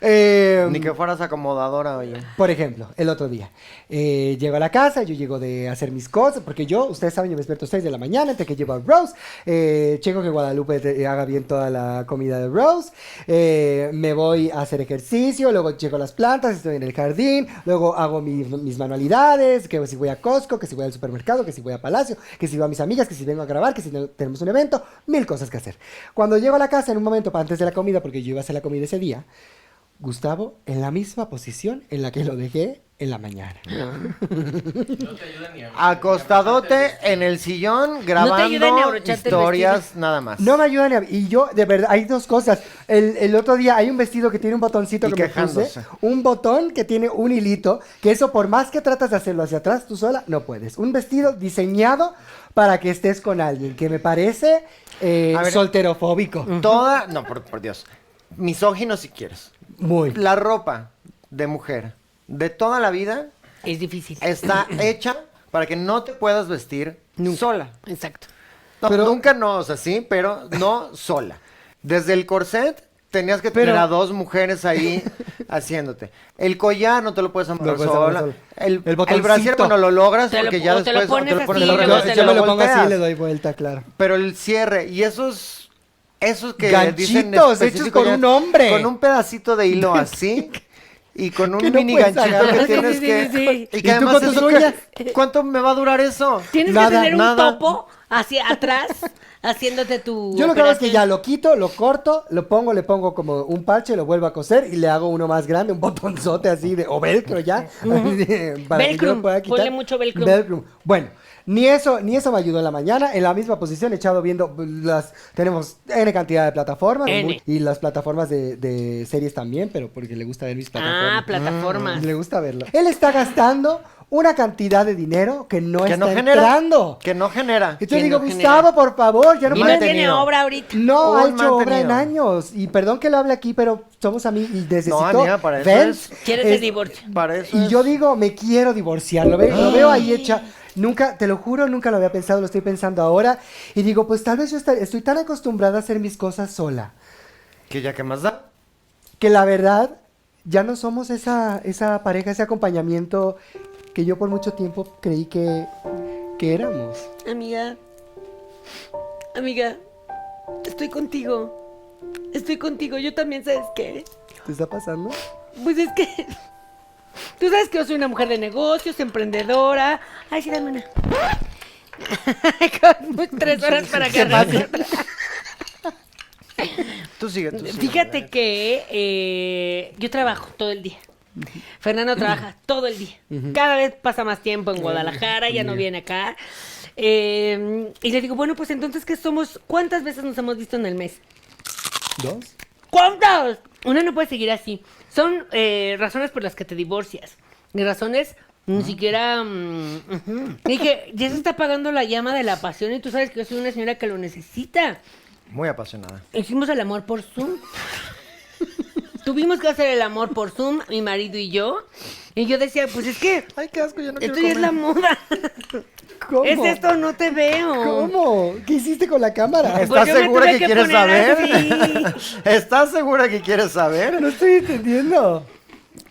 Speaker 2: Eh,
Speaker 4: Ni que fueras acomodadora, oye.
Speaker 2: Por ejemplo, el otro día, eh, llego a la casa, yo llego de hacer mis cosas, porque yo, ustedes saben, yo me despierto 6 de la mañana, antes que llevo a Rose, eh, checo que Guadalupe te- haga bien toda la comida de Rose, eh, me voy a hacer ejercicio, luego checo las plantas, estoy en el jardín, luego hago mi- mis manualidades, que si voy a Costco, que si voy al supermercado, que si voy a Palacio, que si voy a mis amigas, que si vengo a grabar, que si no- tenemos un evento, mil cosas que hacer. Cuando llego a la casa en un momento para antes de la comida, porque yo iba a hacer la comida ese día, Gustavo en la misma posición en la que lo dejé en la mañana.
Speaker 4: Acostadote en el sillón grabando
Speaker 3: ayuda ni a abrocharte el
Speaker 4: historias nada más.
Speaker 2: No me ayudan. a- Y yo, de verdad, hay dos cosas. El, el otro día hay un vestido que tiene un botoncito
Speaker 4: Y
Speaker 2: que me puse.
Speaker 4: quejándose.
Speaker 2: Un botón que tiene un hilito. Que eso, por más que tratas de hacerlo hacia atrás tú sola, no puedes. Un vestido diseñado para que estés con alguien. Que me parece eh,
Speaker 4: A ver. Mm.
Speaker 2: solterofóbico.
Speaker 4: Toda, no, por, por Dios. Misógino si quieres.
Speaker 2: Muy.
Speaker 4: La ropa de mujer de toda la vida
Speaker 3: Es difícil.
Speaker 4: está hecha para que no te puedas vestir sola.
Speaker 3: Exacto.
Speaker 4: No,
Speaker 2: Pero-
Speaker 4: nunca no, o sea, sí, pero no sola. Desde el corset tenías que tener
Speaker 2: Pero-
Speaker 4: a dos mujeres ahí haciéndote. El collar no te lo puedes amarrar
Speaker 2: No puedes
Speaker 4: sola.
Speaker 2: amarrar sola.
Speaker 4: El,
Speaker 2: El
Speaker 4: el,
Speaker 2: botoncito.
Speaker 4: brasier, bueno, lo logras
Speaker 3: Te lo-
Speaker 4: porque ya
Speaker 3: o te lo
Speaker 4: después... o
Speaker 3: pones así,
Speaker 2: Yo-
Speaker 3: luego
Speaker 4: regresas
Speaker 3: te
Speaker 4: y
Speaker 2: yo
Speaker 3: lo
Speaker 2: me lo pongo así
Speaker 4: volteas.
Speaker 2: y le doy vuelta, claro.
Speaker 4: Pero el cierre y esos esos que
Speaker 2: Ganchitos,
Speaker 4: dicen
Speaker 2: hechos
Speaker 4: específico
Speaker 2: con
Speaker 4: ya-
Speaker 2: un hombre.
Speaker 4: con un pedacito de hilo así y con un
Speaker 2: Que no
Speaker 4: mini
Speaker 2: puedes
Speaker 4: ganchito
Speaker 2: agarrar.
Speaker 4: que
Speaker 3: Sí,
Speaker 4: tienes
Speaker 3: sí,
Speaker 4: que
Speaker 3: sí, sí.
Speaker 4: y
Speaker 2: ¿Y
Speaker 4: que
Speaker 2: tú
Speaker 4: además
Speaker 2: con tus
Speaker 4: eso que-
Speaker 2: uñas?
Speaker 4: ¿cuánto me va a durar eso?
Speaker 3: Tienes
Speaker 2: Nada,
Speaker 3: que tener un
Speaker 4: nada.
Speaker 3: topo hacia atrás haciéndote tu.
Speaker 2: Yo lo que hago es que ya
Speaker 3: operación.
Speaker 2: lo quito, lo corto, lo pongo, le pongo como un parche, lo vuelvo a coser y le hago uno más grande, un botonzote así de, o velcro ya. así de- para que yo
Speaker 3: Velcrum,
Speaker 2: lo pueda quitar.
Speaker 3: ponle mucho velcrum.
Speaker 2: Bueno, ni eso, ni eso me ayudó en la mañana, en la misma posición, echado viendo pues, las, tenemos N cantidad de plataformas
Speaker 3: N.
Speaker 2: mu- y las plataformas de, de series también, pero porque le gusta ver mis plataformas.
Speaker 3: Ah, plataformas.
Speaker 2: Le gusta verlo. Él está gastando una cantidad de dinero que no
Speaker 4: que
Speaker 2: está
Speaker 4: no genera
Speaker 2: entrando.
Speaker 4: que no genera.
Speaker 2: Y yo le
Speaker 3: Que
Speaker 2: digo,
Speaker 3: no
Speaker 2: Gustavo, por favor, ya no
Speaker 3: Y
Speaker 2: puedes
Speaker 3: no tiene
Speaker 4: mantenido.
Speaker 3: obra ahorita.
Speaker 2: no
Speaker 4: Un
Speaker 2: ha hecho obra en
Speaker 4: mantenido.
Speaker 2: años. Y perdón que lo hable aquí, pero somos amigos y necesito.
Speaker 4: amiga, para eso
Speaker 2: ver,
Speaker 4: es-
Speaker 3: Quieres
Speaker 2: es-
Speaker 3: el divorcio.
Speaker 4: Para eso
Speaker 2: Y
Speaker 4: es-
Speaker 2: yo digo, me quiero divorciar. Lo, ve- lo veo ahí hecha. Nunca, te lo juro, nunca lo había pensado, lo estoy pensando ahora. Y digo, pues tal vez yo esta- estoy tan acostumbrada a hacer mis cosas sola,
Speaker 4: que ya que más da.
Speaker 2: que la verdad ya no somos esa, esa pareja, ese acompañamiento que yo por mucho tiempo creí que, que éramos.
Speaker 3: Amiga, amiga, estoy contigo. Estoy contigo. Yo también, ¿sabes qué?
Speaker 2: ¿Te está pasando?
Speaker 3: Pues es que. Tú sabes que yo soy una mujer de negocios, emprendedora. Ay, sí, dame una. Con tres horas para agarrar.
Speaker 4: Tú sigue, tú sigue.
Speaker 3: Fíjate que eh, yo trabajo todo el día. Fernando trabaja todo el día. Cada vez pasa más tiempo en Guadalajara, ya no viene acá. Eh, y le digo, bueno, pues entonces, ¿qué somos? ¿Cuántas veces nos hemos visto en el mes?
Speaker 2: ¿Dos?
Speaker 3: ¿Cuántos? Uno no puede seguir así. Son eh, razones por las que te divorcias. Ni razones ni siquiera... mm, ujú. Dije, ya se está apagando la llama de la pasión y tú sabes que yo soy una señora que lo necesita.
Speaker 4: Muy apasionada.
Speaker 3: Hicimos el amor por Zoom. Tuvimos que hacer el amor por Zoom, mi marido y yo. Y yo decía, pues es que
Speaker 4: Ay, qué asco, yo no
Speaker 3: esto
Speaker 4: quiero
Speaker 3: ya es la moda.
Speaker 2: ¿Cómo?
Speaker 3: Es esto, no te veo.
Speaker 2: ¿Cómo? ¿Qué hiciste con la cámara?
Speaker 4: ¿Estás
Speaker 3: yo me
Speaker 4: segura
Speaker 3: tuve
Speaker 4: que,
Speaker 3: que
Speaker 4: quieres
Speaker 3: poner
Speaker 4: saber? ¿Estás segura que quieres saber?
Speaker 2: No estoy entendiendo.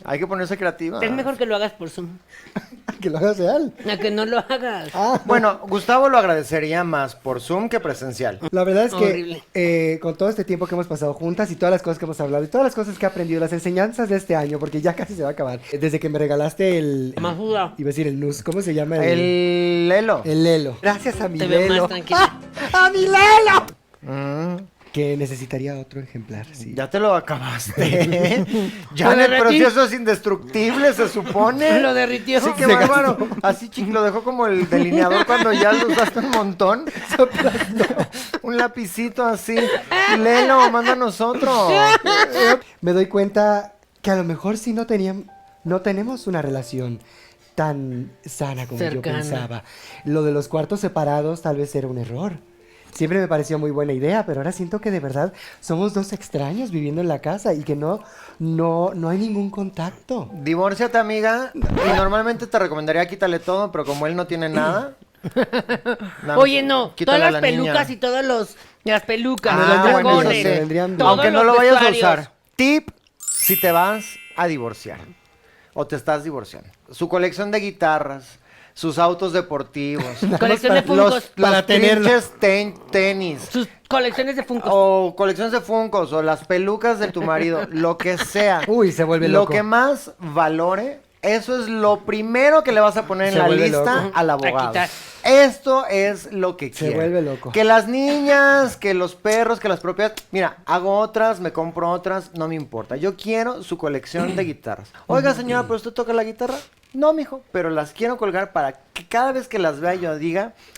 Speaker 4: Hay que ponerse creativa.
Speaker 3: Es mejor que lo hagas por Zoom,
Speaker 2: Ah, Que lo hagas real.
Speaker 3: a que no lo hagas.
Speaker 2: Ah,
Speaker 4: Bueno, Gustavo lo agradecería más por Zoom que presencial.
Speaker 2: la verdad es que
Speaker 3: Horrible.
Speaker 2: eh, con todo este tiempo que hemos pasado juntas y todas las cosas que hemos hablado y todas las cosas que he aprendido, las enseñanzas de este año, porque ya casi se va a acabar. eh, Desde que me regalaste el.
Speaker 3: Majuda.
Speaker 2: Iba a decir el NUS, ¿cómo se llama?
Speaker 4: El Lelo.
Speaker 2: El Lelo. Gracias a mi
Speaker 3: Te veo más
Speaker 2: Lelo.
Speaker 3: tranquila.
Speaker 2: ¡Ah! ¡A mi Lelo!
Speaker 4: Mm,
Speaker 2: Que necesitaría otro ejemplar, sí.
Speaker 4: ya te lo acabaste. ya
Speaker 3: Lo
Speaker 4: el
Speaker 3: derretí.
Speaker 4: proceso es indestructible, se supone.
Speaker 3: Lo derritió.
Speaker 4: Sí, qué
Speaker 2: Se
Speaker 4: bárbaro. Así chico, lo dejó como el delineador cuando ya lo usaste un montón. un lapicito así. Lelo, mándanos otro.
Speaker 2: me doy cuenta que a lo mejor sí no tenían, no tenemos una relación tan sana como
Speaker 3: Cercana.
Speaker 2: yo pensaba. Lo de los cuartos separados tal vez era un error. Siempre me pareció muy buena idea, pero ahora siento que de verdad somos dos extraños viviendo en la casa y que no, no, no hay ningún contacto.
Speaker 4: Divórciate, amiga. Y normalmente te recomendaría quítale todo, pero como él no tiene nada. nada
Speaker 3: Oye,
Speaker 4: más,
Speaker 3: no,
Speaker 4: quítale a
Speaker 3: todas
Speaker 4: la
Speaker 3: las
Speaker 4: niña.
Speaker 3: pelucas y todos los las pelucas,
Speaker 4: Ah,
Speaker 3: los
Speaker 4: bueno,
Speaker 3: dragones,
Speaker 4: eso sí.
Speaker 2: me vendrían bien.
Speaker 3: todos
Speaker 4: Aunque no
Speaker 3: los
Speaker 4: lo vayas a
Speaker 3: vestuarios.
Speaker 4: usar. Tip si te vas a divorciar o te estás divorciando. Su colección de guitarras, sus autos deportivos,
Speaker 3: Colección de
Speaker 4: los,
Speaker 3: Funkos,
Speaker 4: los
Speaker 2: para tenerlo.
Speaker 4: pinches ten- tenis
Speaker 3: sus colecciones de Funko.
Speaker 4: o colecciones de funcos o las pelucas de tu marido, lo que sea.
Speaker 2: Uy, se vuelve
Speaker 4: Lo
Speaker 2: loco.
Speaker 4: que más valore, eso es lo primero que le vas a poner
Speaker 2: Se
Speaker 4: en la
Speaker 2: vuelve
Speaker 4: lista
Speaker 2: loco.
Speaker 4: al
Speaker 3: A
Speaker 4: abogado.
Speaker 3: quitar.
Speaker 4: Esto es lo que
Speaker 2: Se
Speaker 4: quiere.
Speaker 2: vuelve loco.
Speaker 4: Que las niñas, que los perros, que las propias. Mira, hago otras, me compro otras, no me importa. Yo quiero su colección de guitarras. Oiga, señora, ¿pero usted toca la guitarra? No, mijo, pero las quiero colgar para que cada vez que las vea yo diga,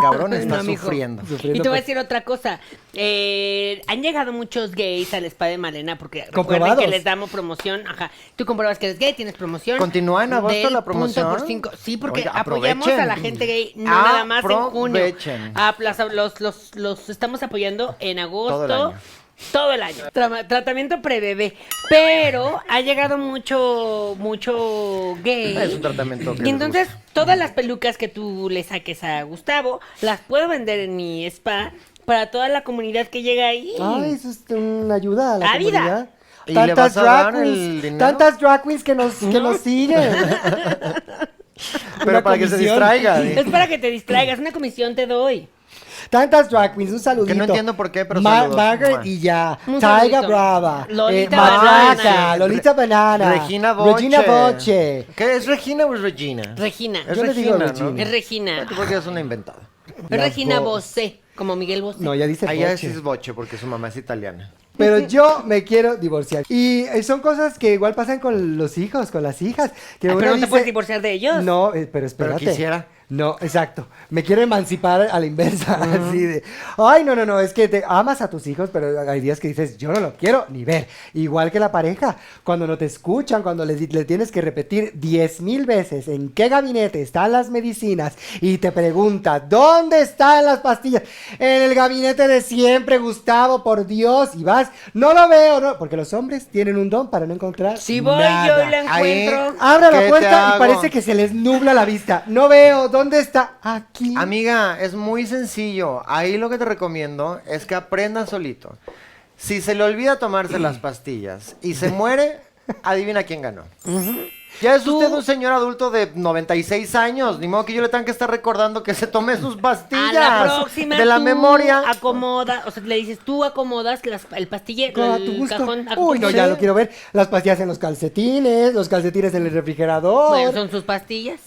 Speaker 4: cabrón está
Speaker 3: No, mijo.
Speaker 4: sufriendo.
Speaker 3: Y te voy a decir otra cosa. Eh, han llegado muchos gays al spa de Malena porque recuerden
Speaker 2: Comprobados.
Speaker 3: que les damos promoción. Ajá. Tú comprobas que eres gay, tienes promoción.
Speaker 4: Continúa en agosto
Speaker 3: Del
Speaker 4: la promoción.
Speaker 3: punto por cinco. Sí, porque
Speaker 4: Oiga,
Speaker 3: apoyamos
Speaker 4: aprovechen.
Speaker 3: a la gente gay, no nada más en junio.
Speaker 4: Aprovechen.
Speaker 3: Aplaza- los, los, los estamos apoyando en agosto. todo
Speaker 4: Todo el año.
Speaker 3: el año. Trama- tratamiento prebebé. Pero ha llegado mucho, mucho gay.
Speaker 4: Es un tratamiento que
Speaker 3: Y
Speaker 4: les
Speaker 3: entonces todas las pelucas que tú le saques a Gustavo las puedo vender en mi spa para toda la comunidad que llega ahí.
Speaker 2: Ay, eso es una ayuda a la
Speaker 3: ¡A vida!
Speaker 2: comunidad.
Speaker 4: ¿Y le
Speaker 2: Tantas
Speaker 4: vas a dar
Speaker 2: drag
Speaker 4: el
Speaker 2: queens,
Speaker 4: dinero?
Speaker 2: tantas drag queens que nos, que nos siguen.
Speaker 4: Pero para que se
Speaker 2: comisión.
Speaker 4: distraiga. ¿eh?
Speaker 3: Es para que te distraigas, una comisión te doy.
Speaker 2: Tantas drag queens, un saludito.
Speaker 4: entiendo por qué, pero
Speaker 2: Ma-
Speaker 4: saludos.
Speaker 2: Margaret
Speaker 4: Mua.
Speaker 2: y ya.
Speaker 3: Un
Speaker 2: Taiga
Speaker 3: saludito.
Speaker 2: Brava.
Speaker 3: Lolita
Speaker 2: Matraca,
Speaker 3: Banana.
Speaker 2: Eh, Lolita
Speaker 4: Re-
Speaker 2: Banana.
Speaker 4: Regina Boche.
Speaker 2: Regina Boche.
Speaker 4: ¿Qué es Regina o es Regina?
Speaker 3: Regina.
Speaker 4: Es
Speaker 2: Yo le digo
Speaker 4: Regina,
Speaker 2: Regina.
Speaker 4: ¿no?
Speaker 3: Es Regina.
Speaker 4: Tú porque es una inventada.
Speaker 3: Es
Speaker 2: Las
Speaker 3: Regina
Speaker 2: bo-
Speaker 3: Bosé, como Miguel Bosé.
Speaker 2: No, ya dice
Speaker 4: Allá
Speaker 2: Boche.
Speaker 4: es boche porque su mamá es italiana.
Speaker 2: Pero yo me quiero divorciar. Y eh, son cosas que igual pasan con los hijos, con las hijas. Que
Speaker 3: Ah,
Speaker 2: uno
Speaker 3: pero no te
Speaker 2: dice,
Speaker 3: puedes divorciar de ellos.
Speaker 2: No, eh, pero espérate.
Speaker 4: quisiera.
Speaker 2: No, exacto. Me quiero emancipar a la inversa. Así de, ay, no, no, no, es que te amas a tus hijos, pero hay días que dices, yo no lo quiero ni ver. Igual que la pareja, cuando no te escuchan, cuando les, di- le tienes que repetir diez mil veces en qué gabinete están las medicinas y te pregunta, ¿dónde están las pastillas? En el gabinete de siempre, Gustavo, por Dios, y vas, no lo veo, no, porque los hombres tienen un don para no encontrar.
Speaker 3: Si voy yo y la
Speaker 4: Ahí-
Speaker 3: encuentro.
Speaker 2: Abra
Speaker 4: ¿Qué
Speaker 2: la
Speaker 4: te
Speaker 2: puerta y
Speaker 4: hago?
Speaker 2: parece que se les nubla la vista. No veo, ¿dónde está? Aquí.
Speaker 4: Amiga, es muy sencillo. Ahí lo que te recomiendo es que aprendas solito. Si se le olvida tomarse las pastillas y se muere, adivina quién ganó. Ya es usted un señor adulto de 96 años, ni modo que yo le tenga que estar recordando que se tome sus
Speaker 3: A
Speaker 4: pastillas
Speaker 3: la próxima
Speaker 4: de la
Speaker 3: tú
Speaker 4: memoria.
Speaker 3: acomoda, o sea, le dices tú acomodas las- el pastillero,
Speaker 2: Con- a
Speaker 3: el
Speaker 2: tu gusto.
Speaker 3: cajón. a tu
Speaker 2: Uy, no,
Speaker 3: gusto.
Speaker 2: ya lo quiero ver. Las pastillas en los calcetines, los calcetines en el refrigerador.
Speaker 3: Bueno, son sus pastillas.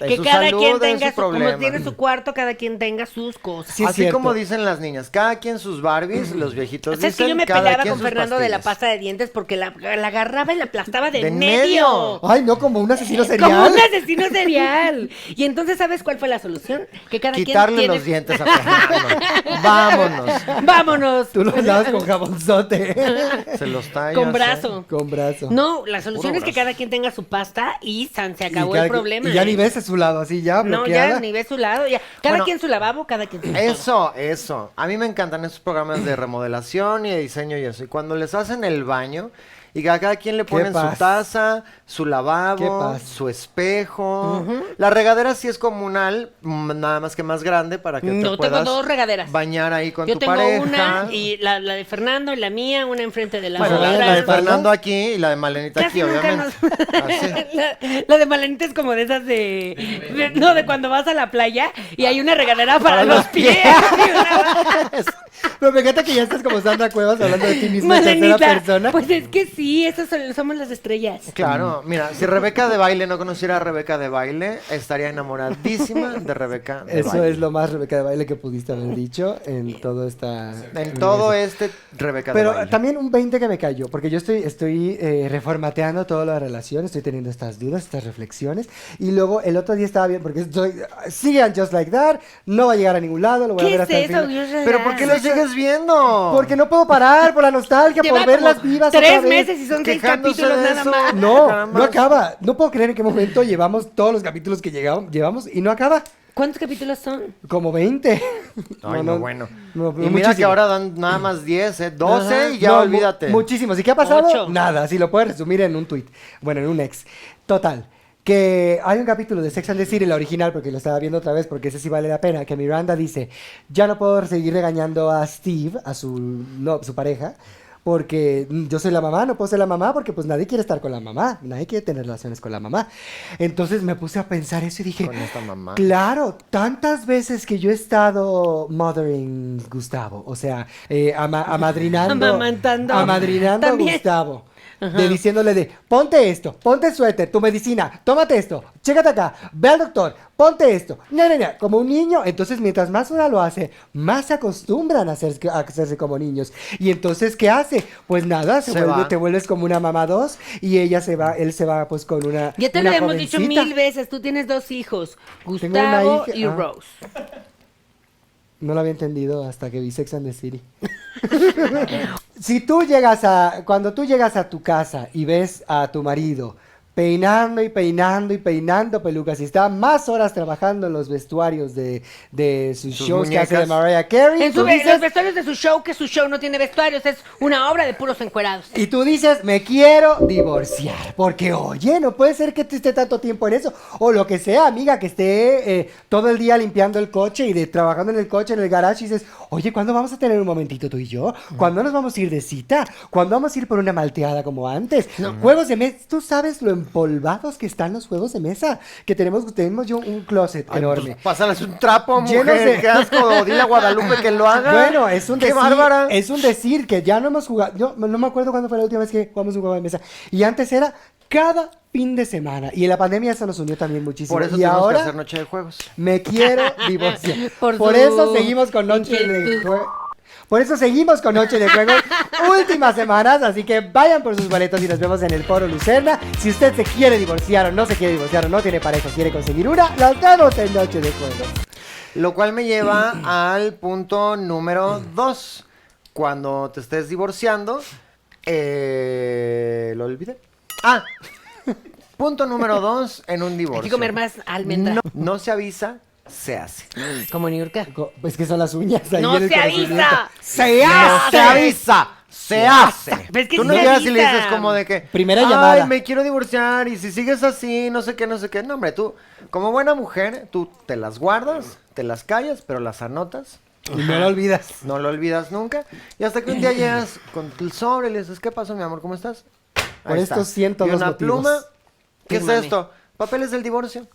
Speaker 4: Es
Speaker 3: Que
Speaker 4: su
Speaker 3: cada
Speaker 4: salud,
Speaker 3: quien
Speaker 4: es
Speaker 3: tenga su,
Speaker 4: su
Speaker 3: como
Speaker 4: problema.
Speaker 3: tiene su cuarto, cada quien tenga sus cosas.
Speaker 2: Sí, es
Speaker 4: Así
Speaker 2: cierto.
Speaker 4: como dicen las niñas, cada quien sus Barbies, los viejitos
Speaker 3: O sea, es que
Speaker 4: dicen,
Speaker 3: yo me
Speaker 4: cada
Speaker 3: peleaba
Speaker 4: quien
Speaker 3: con
Speaker 4: sus
Speaker 3: Fernando de la
Speaker 4: pastillas.
Speaker 3: pasta de dientes porque la, la agarraba y la aplastaba de,
Speaker 4: De
Speaker 3: medio.
Speaker 4: medio.
Speaker 2: Ay, no, como un asesino serial.
Speaker 3: Como un asesino serial. Y entonces, ¿sabes cuál fue la solución? Que cada
Speaker 4: Quitarle
Speaker 3: quien tiene...
Speaker 4: los dientes a Fernando. Vámonos.
Speaker 3: Vámonos.
Speaker 2: Tú lo andabas con jabonzote.
Speaker 4: Se los talla.
Speaker 3: Con brazo.
Speaker 2: con brazo.
Speaker 3: No, la solución
Speaker 4: Puro
Speaker 3: es que
Speaker 4: brazo.
Speaker 3: cada quien tenga su pasta y san, se
Speaker 2: Y
Speaker 3: acabó
Speaker 2: cada
Speaker 3: el
Speaker 2: quien-
Speaker 3: problema.
Speaker 2: Y ya
Speaker 3: ¿eh?
Speaker 2: ni ves a su lado, así ya
Speaker 3: No,
Speaker 2: bloqueada.
Speaker 3: ya ni ves su lado. ya. Cada
Speaker 4: Bueno,
Speaker 3: quien su lavabo, cada quien su
Speaker 4: Eso, eso. A mí me encantan esos programas de remodelación y de diseño y eso. Y cuando les hacen el baño y a cada quien le ponen
Speaker 2: paz.
Speaker 4: su taza, su
Speaker 2: Qué
Speaker 4: lavabo,
Speaker 2: paz.
Speaker 4: su espejo. La regadera sí es comunal, mm, nada más que más grande para que
Speaker 3: No,
Speaker 4: te
Speaker 3: tengo
Speaker 4: puedas
Speaker 3: dos regaderas.
Speaker 4: bañar ahí con
Speaker 3: Yo
Speaker 4: tu
Speaker 3: tengo
Speaker 4: pareja.
Speaker 3: una y la, la de Fernando y la mía, una enfrente de la
Speaker 4: Bueno, la,
Speaker 3: otra.
Speaker 4: la de Fernando aquí y la de Malenita
Speaker 3: Casi
Speaker 4: aquí,
Speaker 3: nunca
Speaker 4: obviamente.
Speaker 3: nos...
Speaker 2: Ah,
Speaker 4: Así.
Speaker 3: la, la de Malenita es como de esas de... de- No, de cuando vas a la playa y hay una regadera para,
Speaker 4: Para
Speaker 3: los
Speaker 4: los
Speaker 3: pies. y una-
Speaker 2: Pero me encanta que ya estás como Sandra Cuevas hablando de ti misma en tercera persona.
Speaker 3: Malenita, pues es que sí, esas son- somos las estrellas.
Speaker 4: Claro, mira, si Rebeca de baile no conociera a Rebeca de baile, estaría enamoradísima de Rebeca de
Speaker 2: Eso
Speaker 4: baile.
Speaker 2: es lo más Rebeca de baile que pudiste haber dicho en todo esta.
Speaker 4: En todo este Rebeca
Speaker 2: Pero
Speaker 4: de baile.
Speaker 2: también un 20 que me cayó, porque yo estoy, estoy eh, reformateando toda la relación, estoy teniendo estas dudas, estas reflexiones, y luego el otro día estaba bien, porque estoy, sigan Just Like That, no va a llegar a ningún lado, lo voy a
Speaker 3: ¿Qué
Speaker 2: ver
Speaker 3: es
Speaker 2: hasta el
Speaker 3: eso?
Speaker 2: final.
Speaker 3: Dios,
Speaker 4: Pero ¿por qué lo sigues viendo?
Speaker 2: Porque no puedo parar por la nostalgia,
Speaker 3: Lleva
Speaker 2: por verlas
Speaker 3: como
Speaker 2: vivas otra
Speaker 3: Tres
Speaker 2: vez.
Speaker 3: meses y son seis
Speaker 4: quejándose
Speaker 3: capítulos
Speaker 4: de
Speaker 3: nada
Speaker 4: eso.
Speaker 3: más.
Speaker 2: No,
Speaker 4: Nada
Speaker 2: no
Speaker 4: más.
Speaker 2: acaba. No puedo creer en qué momento llevamos todos los capítulos que llegamos, llevamos y no acaba.
Speaker 3: ¿Cuántos capítulos son?
Speaker 2: Como 20.
Speaker 4: Ay, no, bueno.
Speaker 2: no,
Speaker 4: y mira que
Speaker 2: muchísimo.
Speaker 4: ahora dan nada más 10, ¿eh? 12
Speaker 2: Ajá.
Speaker 4: y ya
Speaker 2: No, mu-
Speaker 4: olvídate.
Speaker 2: Muchísimos. ¿Y qué ha pasado?
Speaker 3: Ocho.
Speaker 2: Nada, si lo puedes resumir en un tweet. Bueno, en un ex. Total. Que hay un capítulo de Sex and the City, la original, porque lo estaba viendo otra vez, porque ese sí vale la pena, que Miranda dice, ya no puedo seguir regañando a Steve, a su, no, su pareja, porque mm, yo soy la mamá, no puedo ser la mamá, porque pues nadie quiere estar con la mamá, nadie quiere tener relaciones con la mamá. Entonces me puse a pensar eso y dije,
Speaker 4: Con esta mamá.
Speaker 2: Claro, tantas veces que yo he estado mothering Gustavo, o sea, eh, ama- amadrinando,
Speaker 3: Amamantando.
Speaker 2: amadrinando a
Speaker 3: También.
Speaker 2: Gustavo, de diciéndole de, ponte esto, ponte el suéter, tu medicina, tómate esto, chécate acá, ve al doctor, ponte esto, ña, ña, ña, como un niño, entonces mientras más una lo hace, más se acostumbran a hacerse, a hacerse como niños, y entonces, ¿qué hace? Pues nada, se
Speaker 4: Se
Speaker 2: vuelve-
Speaker 4: va.
Speaker 2: te vuelves como una mamá dos, y ella se va, él se va pues con una
Speaker 3: Ya te lo
Speaker 2: una
Speaker 3: hemos dicho
Speaker 2: jovencita.
Speaker 3: mil veces. Tú tienes dos hijos,
Speaker 2: una
Speaker 3: Gustavo
Speaker 2: hija-
Speaker 3: y
Speaker 2: ah.
Speaker 3: Rose.
Speaker 2: No lo había entendido hasta que vi Sex and the City. si tú llegas a, cuando tú llegas a tu casa y ves a tu marido peinando y peinando y peinando pelucas y está más horas trabajando en los vestuarios de, de sus,
Speaker 4: Sus
Speaker 2: shows que hace de
Speaker 4: muñecas.
Speaker 2: Mariah Carey.
Speaker 3: En
Speaker 2: Tú
Speaker 3: su, en
Speaker 2: dices-
Speaker 3: los vestuarios de su show, que su show no tiene vestuarios, es una obra de puros encuerados.
Speaker 2: Y tú dices, me quiero divorciar. Porque, oye, no puede ser que te esté tanto tiempo en eso. O lo que sea, amiga, que esté eh, todo el día limpiando el coche y de, trabajando en el coche, en el garage. Y dices, oye, ¿cuándo vamos a tener un momentito tú y yo? ¿Cuándo nos vamos a ir de cita? ¿Cuándo vamos a ir por una malteada como antes? Juegos de mesa. Tú sabes lo empolvados que están los juegos de mesa. Que tenemos, tenemos yo un closet
Speaker 4: Ay,
Speaker 2: enorme.
Speaker 4: pues, pásales un trapo, mujer.
Speaker 2: Llenos de-
Speaker 4: Qué asco. Dile a Guadalupe que lo haga.
Speaker 2: Bueno, es un
Speaker 4: Qué
Speaker 2: decir.
Speaker 4: bárbara.
Speaker 2: Es un decir que ya no hemos jugado. Yo no me acuerdo cuándo fue la última vez que jugamos un juego de mesa. Y antes era cada fin de semana. Y en la pandemia eso nos unió también muchísimo.
Speaker 4: Por eso
Speaker 2: y
Speaker 4: tenemos
Speaker 2: ahora
Speaker 4: que hacer noche de juegos.
Speaker 2: me quiero divorciar. Por,
Speaker 3: Por su
Speaker 2: eso seguimos con Noche de
Speaker 3: inquietud.
Speaker 2: Juego. Por eso seguimos con Noche de Juego. Últimas semanas, así que vayan por sus boletos y nos vemos en el Foro Lucerna. Si usted se quiere divorciar o no se quiere divorciar o no tiene pareja, quiere conseguir una, nos vemos en Noche de Juego.
Speaker 4: Lo cual me lleva al punto número dos. Cuando te estés divorciando, eh, lo olvidé. Ah, punto número dos en un divorcio.
Speaker 3: Hay que comer más almendra.
Speaker 4: No, no se avisa, se hace.
Speaker 3: Como New York.
Speaker 2: Co- Es que son las uñas ahí
Speaker 3: ¡No
Speaker 2: en el
Speaker 3: se
Speaker 2: conocimiento.
Speaker 3: avisa!
Speaker 2: ¡Se
Speaker 4: No se avisa, se hace.
Speaker 3: Pero es que
Speaker 4: Tú
Speaker 3: sí
Speaker 4: no
Speaker 3: se
Speaker 4: llegas y le
Speaker 3: avisan.
Speaker 4: dices como de que...
Speaker 2: Primera
Speaker 4: "Ay,
Speaker 2: llamada".
Speaker 4: me quiero divorciar y si sigues así, no sé qué, no sé qué. No, hombre, tú, como buena mujer, tú te las guardas, te las callas, pero las anotas.
Speaker 2: Y no lo olvidas.
Speaker 4: No lo olvidas nunca. Y hasta que un día llegas con el sobre y le dices, ¿qué pasó, mi amor? ¿Cómo estás?
Speaker 2: Por estos
Speaker 4: cientos Y
Speaker 2: 102
Speaker 4: una
Speaker 2: motivos.
Speaker 4: pluma. ¿Qué
Speaker 3: Fírmame.
Speaker 4: es esto? Papeles del divorcio.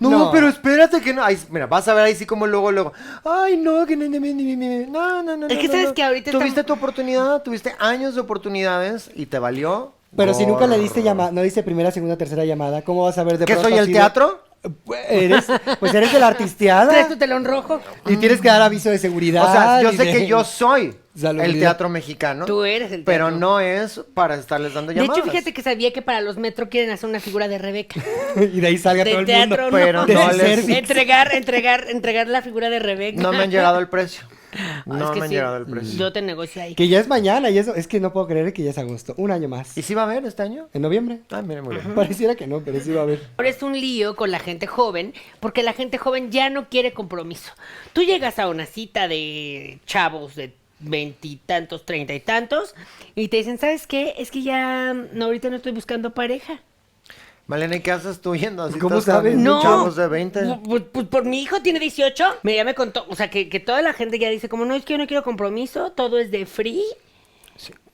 Speaker 2: No.
Speaker 4: No, pero espérate que no. Ay, mira, vas a ver ahí sí como luego, luego. Ay, no, que no, no, no, no, no.
Speaker 3: Es que
Speaker 4: no,
Speaker 3: sabes
Speaker 4: no.
Speaker 3: que ahorita
Speaker 4: Tuviste
Speaker 3: estamos-
Speaker 4: tu oportunidad, tuviste años de oportunidades y te valió.
Speaker 2: Pero si nunca le diste
Speaker 4: gorro.
Speaker 2: llamada, no diste primera, segunda, tercera llamada, ¿cómo vas a ver de
Speaker 4: ¿Qué
Speaker 2: pronto
Speaker 4: soy el
Speaker 2: así de-
Speaker 4: teatro?
Speaker 2: Pues eres, pues eres de la
Speaker 4: Ah.
Speaker 3: ¿Traes tu
Speaker 2: artisteada.
Speaker 3: telón rojo?
Speaker 2: Y tienes que dar aviso de seguridad.
Speaker 4: O sea, yo
Speaker 2: y
Speaker 4: sé
Speaker 2: de-
Speaker 4: que yo soy
Speaker 2: Ya lo
Speaker 4: el
Speaker 2: olvidé.
Speaker 4: teatro mexicano.
Speaker 3: Tú eres el
Speaker 4: Pero
Speaker 3: teatro.
Speaker 4: no es para estarles dando
Speaker 3: De
Speaker 4: llamadas.
Speaker 3: hecho, fíjate que sabía que para los metro quieren hacer una figura de Rebeca.
Speaker 2: y de ahí salga todo
Speaker 3: De
Speaker 2: el
Speaker 3: teatro,
Speaker 2: mundo.
Speaker 4: pero
Speaker 3: no.
Speaker 2: Del
Speaker 4: no les-
Speaker 2: service.
Speaker 3: entregar, entregar, entregar la figura de Rebeca.
Speaker 4: No me han llegado el precio.
Speaker 3: Ah,
Speaker 4: No
Speaker 3: es que
Speaker 4: me han
Speaker 3: sí,
Speaker 4: llegado el precio.
Speaker 3: Yo te negocio ahí.
Speaker 2: Que ya es mañana y eso, es que no puedo creer que ya es agosto. Un año más.
Speaker 4: ¿Y si va a haber este año?
Speaker 2: ¿En noviembre?
Speaker 4: Ah, mira, muy bien.
Speaker 2: Pareciera que no, pero sí va a haber.
Speaker 3: Ahora es un lío con la gente joven, porque la gente joven ya no quiere compromiso. Tú llegas a una cita de chavos de veintitantos, treinta y tantos, y te dicen, ¿sabes qué? Es que ya no, ahorita no estoy buscando pareja.
Speaker 4: Malena, ¿y qué haces tú yendo así?
Speaker 2: ¿Cómo sabes?
Speaker 3: No.
Speaker 4: Chavos de 20.
Speaker 3: Pu- Pues, pues por mi hijo tiene 18. Me, ya me contó. O sea, que, que toda la gente ya dice, como no, es que yo no quiero compromiso, todo es de free.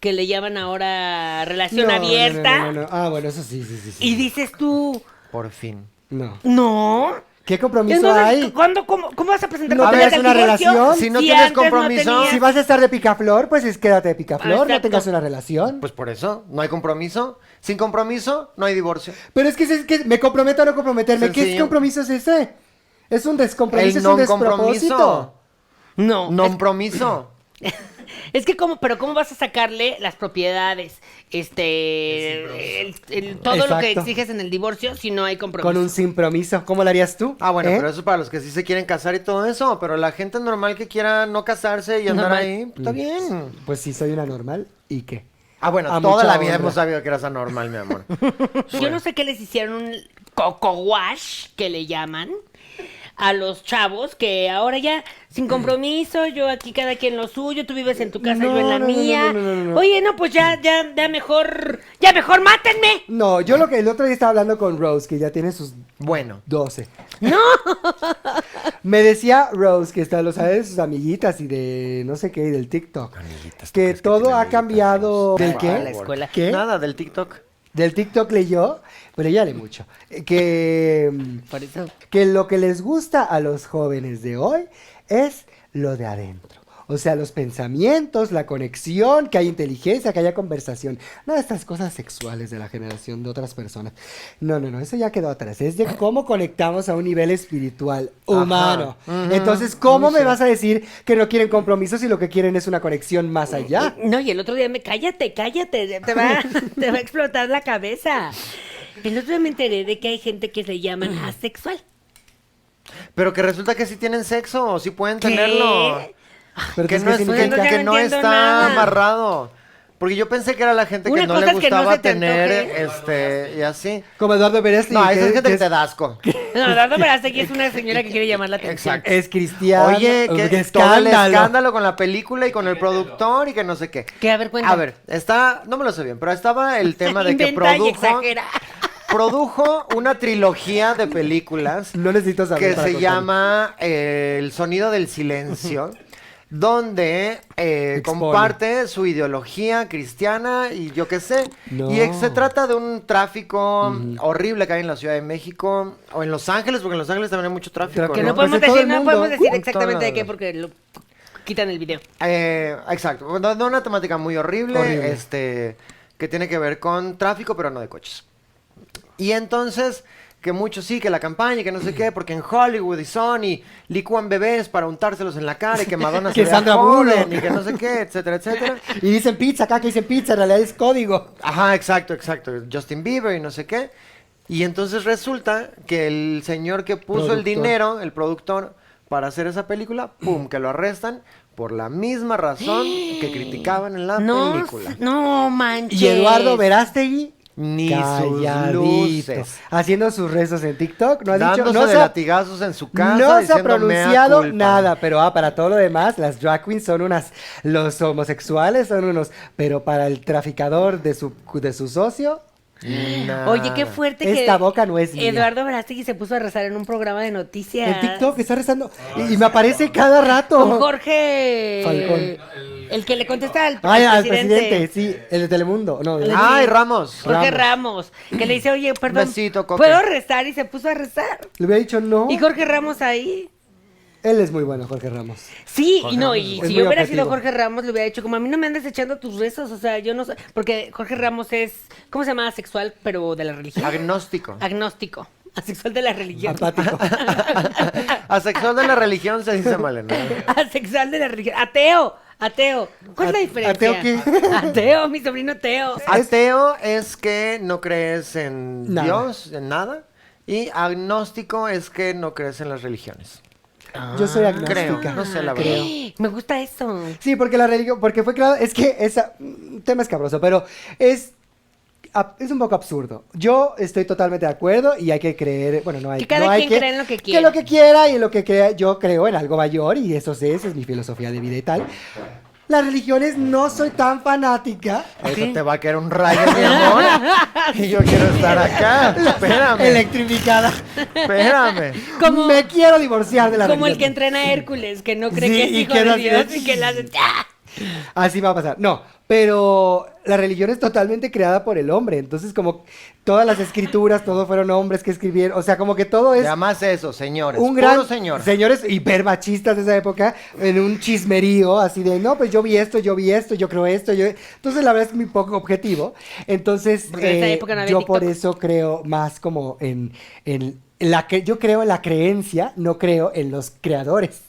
Speaker 3: Que le llaman ahora relación
Speaker 2: No, no, no,
Speaker 3: abierta.
Speaker 2: no, no, no. Ah, bueno, eso sí, sí, sí. sí.
Speaker 3: Y dices tú,
Speaker 4: Por fin.
Speaker 2: No.
Speaker 3: no.
Speaker 2: ¿Qué compromiso
Speaker 3: Entonces,
Speaker 2: hay?
Speaker 3: ¿cuándo, cómo, cómo vas a presentar
Speaker 2: No
Speaker 3: tu
Speaker 2: tienes una
Speaker 3: teléfono al divorcio
Speaker 2: relación,
Speaker 4: si no tienes
Speaker 3: antes
Speaker 4: compromiso,
Speaker 3: tenías?
Speaker 2: Si vas a estar de picaflor, pues es quédate de picaflor, no
Speaker 3: Exacto.
Speaker 2: tengas una relación.
Speaker 4: Pues por eso, no hay compromiso. Sin compromiso, no hay divorcio.
Speaker 2: Pero es que, es que me comprometo a no comprometerme. ¿Qué
Speaker 4: Sencillo.
Speaker 2: compromiso es ese? Es un descompromiso, es
Speaker 4: El
Speaker 2: un despropósito. Eh.
Speaker 4: non-compromiso.
Speaker 3: No. es-
Speaker 4: Non-promiso.
Speaker 3: Es que cómo, pero cómo vas a sacarle las propiedades, este, el- el- todo lo que
Speaker 2: Exacto.
Speaker 3: exiges en el divorcio si no hay compromiso.
Speaker 2: Con un sinpromiso. ¿Cómo lo harías tú?
Speaker 4: Ah, bueno,
Speaker 2: ¿Eh?
Speaker 4: pero eso es para los que sí se quieren casar y todo eso. Pero la gente normal que quiera no casarse y andar
Speaker 3: Normal.
Speaker 4: ahí, está bien.
Speaker 2: Pues sí, soy una normal. ¿Y qué?
Speaker 4: Ah, bueno,
Speaker 2: A
Speaker 4: toda
Speaker 2: mucha
Speaker 4: la vida
Speaker 2: honra.
Speaker 4: hemos sabido que eras anormal, mi amor.
Speaker 3: Yo no sé qué les hicieron un coco wash que le llaman a los chavos que ahora ya sin compromiso, yo aquí cada quien lo suyo, tú vives en tu casa,
Speaker 2: No,
Speaker 3: yo en la
Speaker 2: no, no, no,
Speaker 3: mía.
Speaker 2: no, no, no, no.
Speaker 3: Oye, no, pues ya, ya, ya mejor, ya mejor mátenme.
Speaker 2: No, yo lo que el otro día estaba hablando con Rose, que ya tiene sus
Speaker 4: Bueno,
Speaker 2: 12. ¡No! Me decía Rose, que está, lo sabe de sus amiguitas y de no sé qué, y del TikTok. que todo ha cambiado.
Speaker 3: amiguitas?
Speaker 2: ¿Del
Speaker 3: Ah,
Speaker 2: qué?
Speaker 3: la escuela.
Speaker 2: ¿Qué?
Speaker 4: nada del TikTok.
Speaker 2: Del TikTok leyó, pero ella lee mucho. eh, Que, mm,
Speaker 3: Por eso.
Speaker 2: que lo que les gusta a los jóvenes de hoy es lo de adentro. O sea, los pensamientos, la conexión, que haya inteligencia, que haya conversación. Nada de estas cosas sexuales de la generación de otras personas. No, no, no, eso ya quedó atrás. Es de cómo conectamos a un nivel espiritual
Speaker 4: Ajá.
Speaker 2: humano.
Speaker 4: Ujú.
Speaker 2: Entonces, ¿cómo
Speaker 4: Muy
Speaker 2: me
Speaker 4: cierto.
Speaker 2: vas a decir que no quieren compromisos si lo que quieren es una conexión más allá?
Speaker 3: No, y el otro día me, cállate, cállate, te va, te va a explotar la cabeza. El otro día me enteré de que hay gente que se llaman asexual.
Speaker 4: Pero que resulta que sí tienen sexo, o sí pueden
Speaker 3: ¿Qué?
Speaker 4: tenerlo.
Speaker 2: Pero
Speaker 4: que
Speaker 2: entonces,
Speaker 4: no,
Speaker 2: ¿qué
Speaker 4: es- que-
Speaker 2: significa?
Speaker 4: que
Speaker 3: Ya no
Speaker 4: no
Speaker 3: entiendo
Speaker 4: está
Speaker 3: nada.
Speaker 4: amarrado. Porque yo pensé que era la gente
Speaker 3: Una
Speaker 4: que no
Speaker 3: cosa
Speaker 4: le
Speaker 3: es que no
Speaker 4: gustaba
Speaker 3: se te
Speaker 4: tener,
Speaker 3: antoje.
Speaker 4: este, y así.
Speaker 2: Como Eduardo Beres
Speaker 4: No, esa gente que te da asco.
Speaker 3: No, Dardo Verástegui es una señora que quiere llamar la atención.
Speaker 4: Exacto.
Speaker 2: es cristiano.
Speaker 4: Oye,
Speaker 2: uh,
Speaker 4: que
Speaker 2: qué
Speaker 4: escándalo. el escándalo con la película y con el productor y que no sé qué.
Speaker 3: Que a ver, cuenta.
Speaker 4: A ver, está, no me lo sé bien, pero estaba el tema de que
Speaker 3: Inventa y
Speaker 4: produjo,
Speaker 3: exagera.
Speaker 4: produjo una trilogía de películas
Speaker 2: No necesito saber.
Speaker 4: que
Speaker 2: para
Speaker 4: se
Speaker 2: contarlo.
Speaker 4: llama eh, El sonido del silencio, donde eh,
Speaker 2: Expone.
Speaker 4: comparte su ideología cristiana y yo qué sé.
Speaker 2: No.
Speaker 4: Y se trata de un tráfico horrible que hay en la Ciudad de México o en Los Ángeles, porque en Los Ángeles también hay mucho tráfico.
Speaker 2: Creo que
Speaker 3: Que
Speaker 4: ¿no?
Speaker 3: no
Speaker 2: pues
Speaker 3: podemos
Speaker 2: de todo
Speaker 3: decir,
Speaker 2: el
Speaker 3: no
Speaker 2: mundo.
Speaker 3: podemos decir
Speaker 4: Con
Speaker 3: exactamente de
Speaker 4: todo.
Speaker 3: qué porque lo quitan el video.
Speaker 4: Eh, exacto, Bueno, de una temática muy horrible,
Speaker 2: Horrible.
Speaker 4: este, que tiene que ver con tráfico, pero no de coches. Y entonces, que muchos sí, que la campaña, y que no sé qué, porque en Hollywood y Sony licúan bebés para untárselos en la cara y que Madonna se
Speaker 2: Que
Speaker 4: vea
Speaker 2: Sandra
Speaker 4: joven
Speaker 2: Bullock.
Speaker 4: y que no sé qué, etcétera, etcétera.
Speaker 2: Y dicen pizza, acá que dicen pizza, en realidad es código.
Speaker 4: Ajá, exacto, exacto. Justin Bieber y no sé qué. Y entonces resulta que el señor que puso el
Speaker 2: Productor.
Speaker 4: dinero, el productor, para hacer esa película, ¡pum! que lo arrestan por la misma razón que criticaban en la
Speaker 3: No,
Speaker 4: película.
Speaker 3: no manches.
Speaker 2: Y Eduardo Verástegui.
Speaker 4: Ni sus
Speaker 2: calladito,
Speaker 4: luces.
Speaker 2: Haciendo sus rezos en TikTok, no ha
Speaker 4: Dándose
Speaker 2: dicho, no
Speaker 4: de
Speaker 2: se ha-
Speaker 4: latigazos en su casa.
Speaker 2: no se ha
Speaker 4: diciendo, "Mea
Speaker 2: pronunciado
Speaker 4: culpa".
Speaker 2: nada, pero ah, para todo lo demás, las drag queens son unas, los homosexuales son unos, pero para el traficador de su, de su socio,
Speaker 4: Nada.
Speaker 3: Oye,
Speaker 2: Ah,
Speaker 3: qué fuerte que
Speaker 2: Esta boca no es mía.
Speaker 3: Eduardo Verástegui se puso a rezar en un programa de noticias.
Speaker 2: en TikTok está rezando
Speaker 4: Ah,
Speaker 2: y, y me aparece cada rato.
Speaker 3: Con Jorge
Speaker 2: Falcón.
Speaker 3: El que le contesta al,
Speaker 2: Ay, al
Speaker 3: presidente.
Speaker 2: presidente, sí, el de Telemundo, no, de-
Speaker 4: Ay, Ramos.
Speaker 3: Jorge Ramos. Que le dice, oye, perdón.
Speaker 4: Besito, Coque.
Speaker 3: ¿Puedo rezar? Y se puso a rezar.
Speaker 2: le hubiera dicho no.
Speaker 3: Y Jorge Ramos ahí.
Speaker 2: Él es muy bueno, Jorge Ramos.
Speaker 3: Sí, y no,
Speaker 2: es
Speaker 3: y
Speaker 2: muy
Speaker 3: si yo hubiera
Speaker 2: objetivo.
Speaker 3: sido Jorge Ramos, le hubiera dicho, como a mí no me andes echando tus rezos, o sea, yo no sé, porque Jorge Ramos es, ¿cómo se llama? Asexual, pero de la religión.
Speaker 4: Agnóstico.
Speaker 3: Agnóstico. Asexual de la religión.
Speaker 2: Apático.
Speaker 4: Asexual de la religión se dice mal, ¿no?
Speaker 3: Asexual de la religión. Ateo, ateo. ¿Cuál es la
Speaker 2: A-
Speaker 3: diferencia?
Speaker 2: ¿ateo qué?
Speaker 3: Ateo, mi sobrino ateo.
Speaker 4: Ateo es que no crees en
Speaker 2: Nada.
Speaker 4: Dios, en nada. Y agnóstico es que no crees en las religiones. Ah,
Speaker 2: Yo soy
Speaker 3: Ah,
Speaker 2: agnóstica.
Speaker 4: Creo, no sé la verdad.
Speaker 3: Me gusta eso.
Speaker 2: Sí, porque la religión, porque fue claro, es que esa un tema escabroso, pero es ab- es un poco absurdo. Yo estoy totalmente de acuerdo y hay que creer, bueno, no hay
Speaker 3: Que cada
Speaker 2: no hay
Speaker 3: quien crea en lo que quiera.
Speaker 2: lo que quiera y en lo que crea, yo creo en algo mayor y eso sí, esa es mi filosofía de vida y tal. Las religiones no soy tan fanática.
Speaker 4: Eso te va a caer un rayo, mi amor. Y yo quiero estar acá. Espérame,
Speaker 2: Electrificada.
Speaker 4: espérame.
Speaker 3: Como-
Speaker 2: Me quiero divorciar de la
Speaker 3: Como el que
Speaker 2: religión.
Speaker 3: entrena a Hércules, que no cree
Speaker 2: Sí,
Speaker 3: que es
Speaker 2: y
Speaker 3: hijo
Speaker 2: queda
Speaker 3: de
Speaker 2: así de-
Speaker 3: Dios y que la hace. ¡Ah!
Speaker 2: Así va a pasar. No, pero la religión es totalmente creada por el hombre. Entonces, como todas las escrituras, todos fueron hombres que escribieron. O sea, como que todo es
Speaker 4: Llamas eso, señores.
Speaker 2: Pues, un
Speaker 4: Puro
Speaker 2: gran.
Speaker 4: señor.
Speaker 2: Señores hipermachistas de esa época, en un chismerío así de, no, pues yo vi esto, yo vi esto, yo creo esto. yo-". Entonces, la verdad es muy poco objetivo. Entonces, eh,
Speaker 3: Porque en esa época no había
Speaker 2: yo
Speaker 3: TikTok.
Speaker 2: por eso creo más como en. en la que yo creo en la creencia, no creo en los creadores.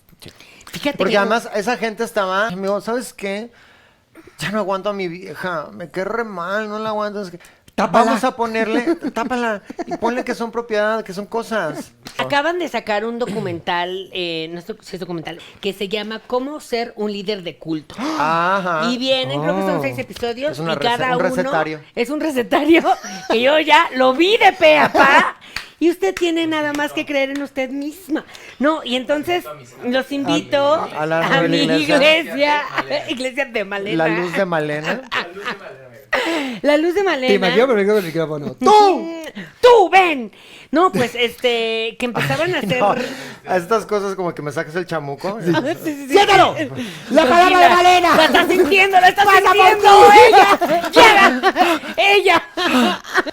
Speaker 3: Fíjate que
Speaker 4: Porque
Speaker 3: yo-
Speaker 4: además esa gente estaba, amigo, ¿sabes qué? Ya no aguanto a mi vieja, me quedé re mal, no la aguanto. es que-
Speaker 2: Tápala.
Speaker 4: Vamos a ponerle, tápala y ponle que son propiedad, que son cosas.
Speaker 3: Acaban de sacar un documental, eh, no sé si es documental, que se llama Cómo ser un líder de culto.
Speaker 4: Ajá.
Speaker 3: Y vienen, creo que
Speaker 2: Oh.
Speaker 3: son seis episodios.
Speaker 4: Ah. Es una
Speaker 3: y
Speaker 4: rece-
Speaker 3: cada
Speaker 4: un
Speaker 3: uno
Speaker 4: recetario.
Speaker 3: es un recetario que yo ya lo vi de pe a pa. Y usted tiene nada más que creer en usted misma. No, y entonces los invito
Speaker 4: a
Speaker 3: a,
Speaker 4: la
Speaker 3: mi
Speaker 4: novela
Speaker 3: iglesia,
Speaker 4: iglesia.
Speaker 3: iglesia, de Malena.
Speaker 4: La luz de Malena.
Speaker 3: La luz de Malena.
Speaker 2: Te imagino perfecto con el micrófono.
Speaker 3: ¡Tú! ¡Tú, ven! No, pues este, que empezaban a hacer.
Speaker 4: No, a estas cosas como que me saques el chamuco.
Speaker 3: ¡Siéntalo! ¡La palabra de Malena! ¡La estás sintiendo! ¡La estás sintiendo! ¡Ella! ¡Llega! ¡Ella!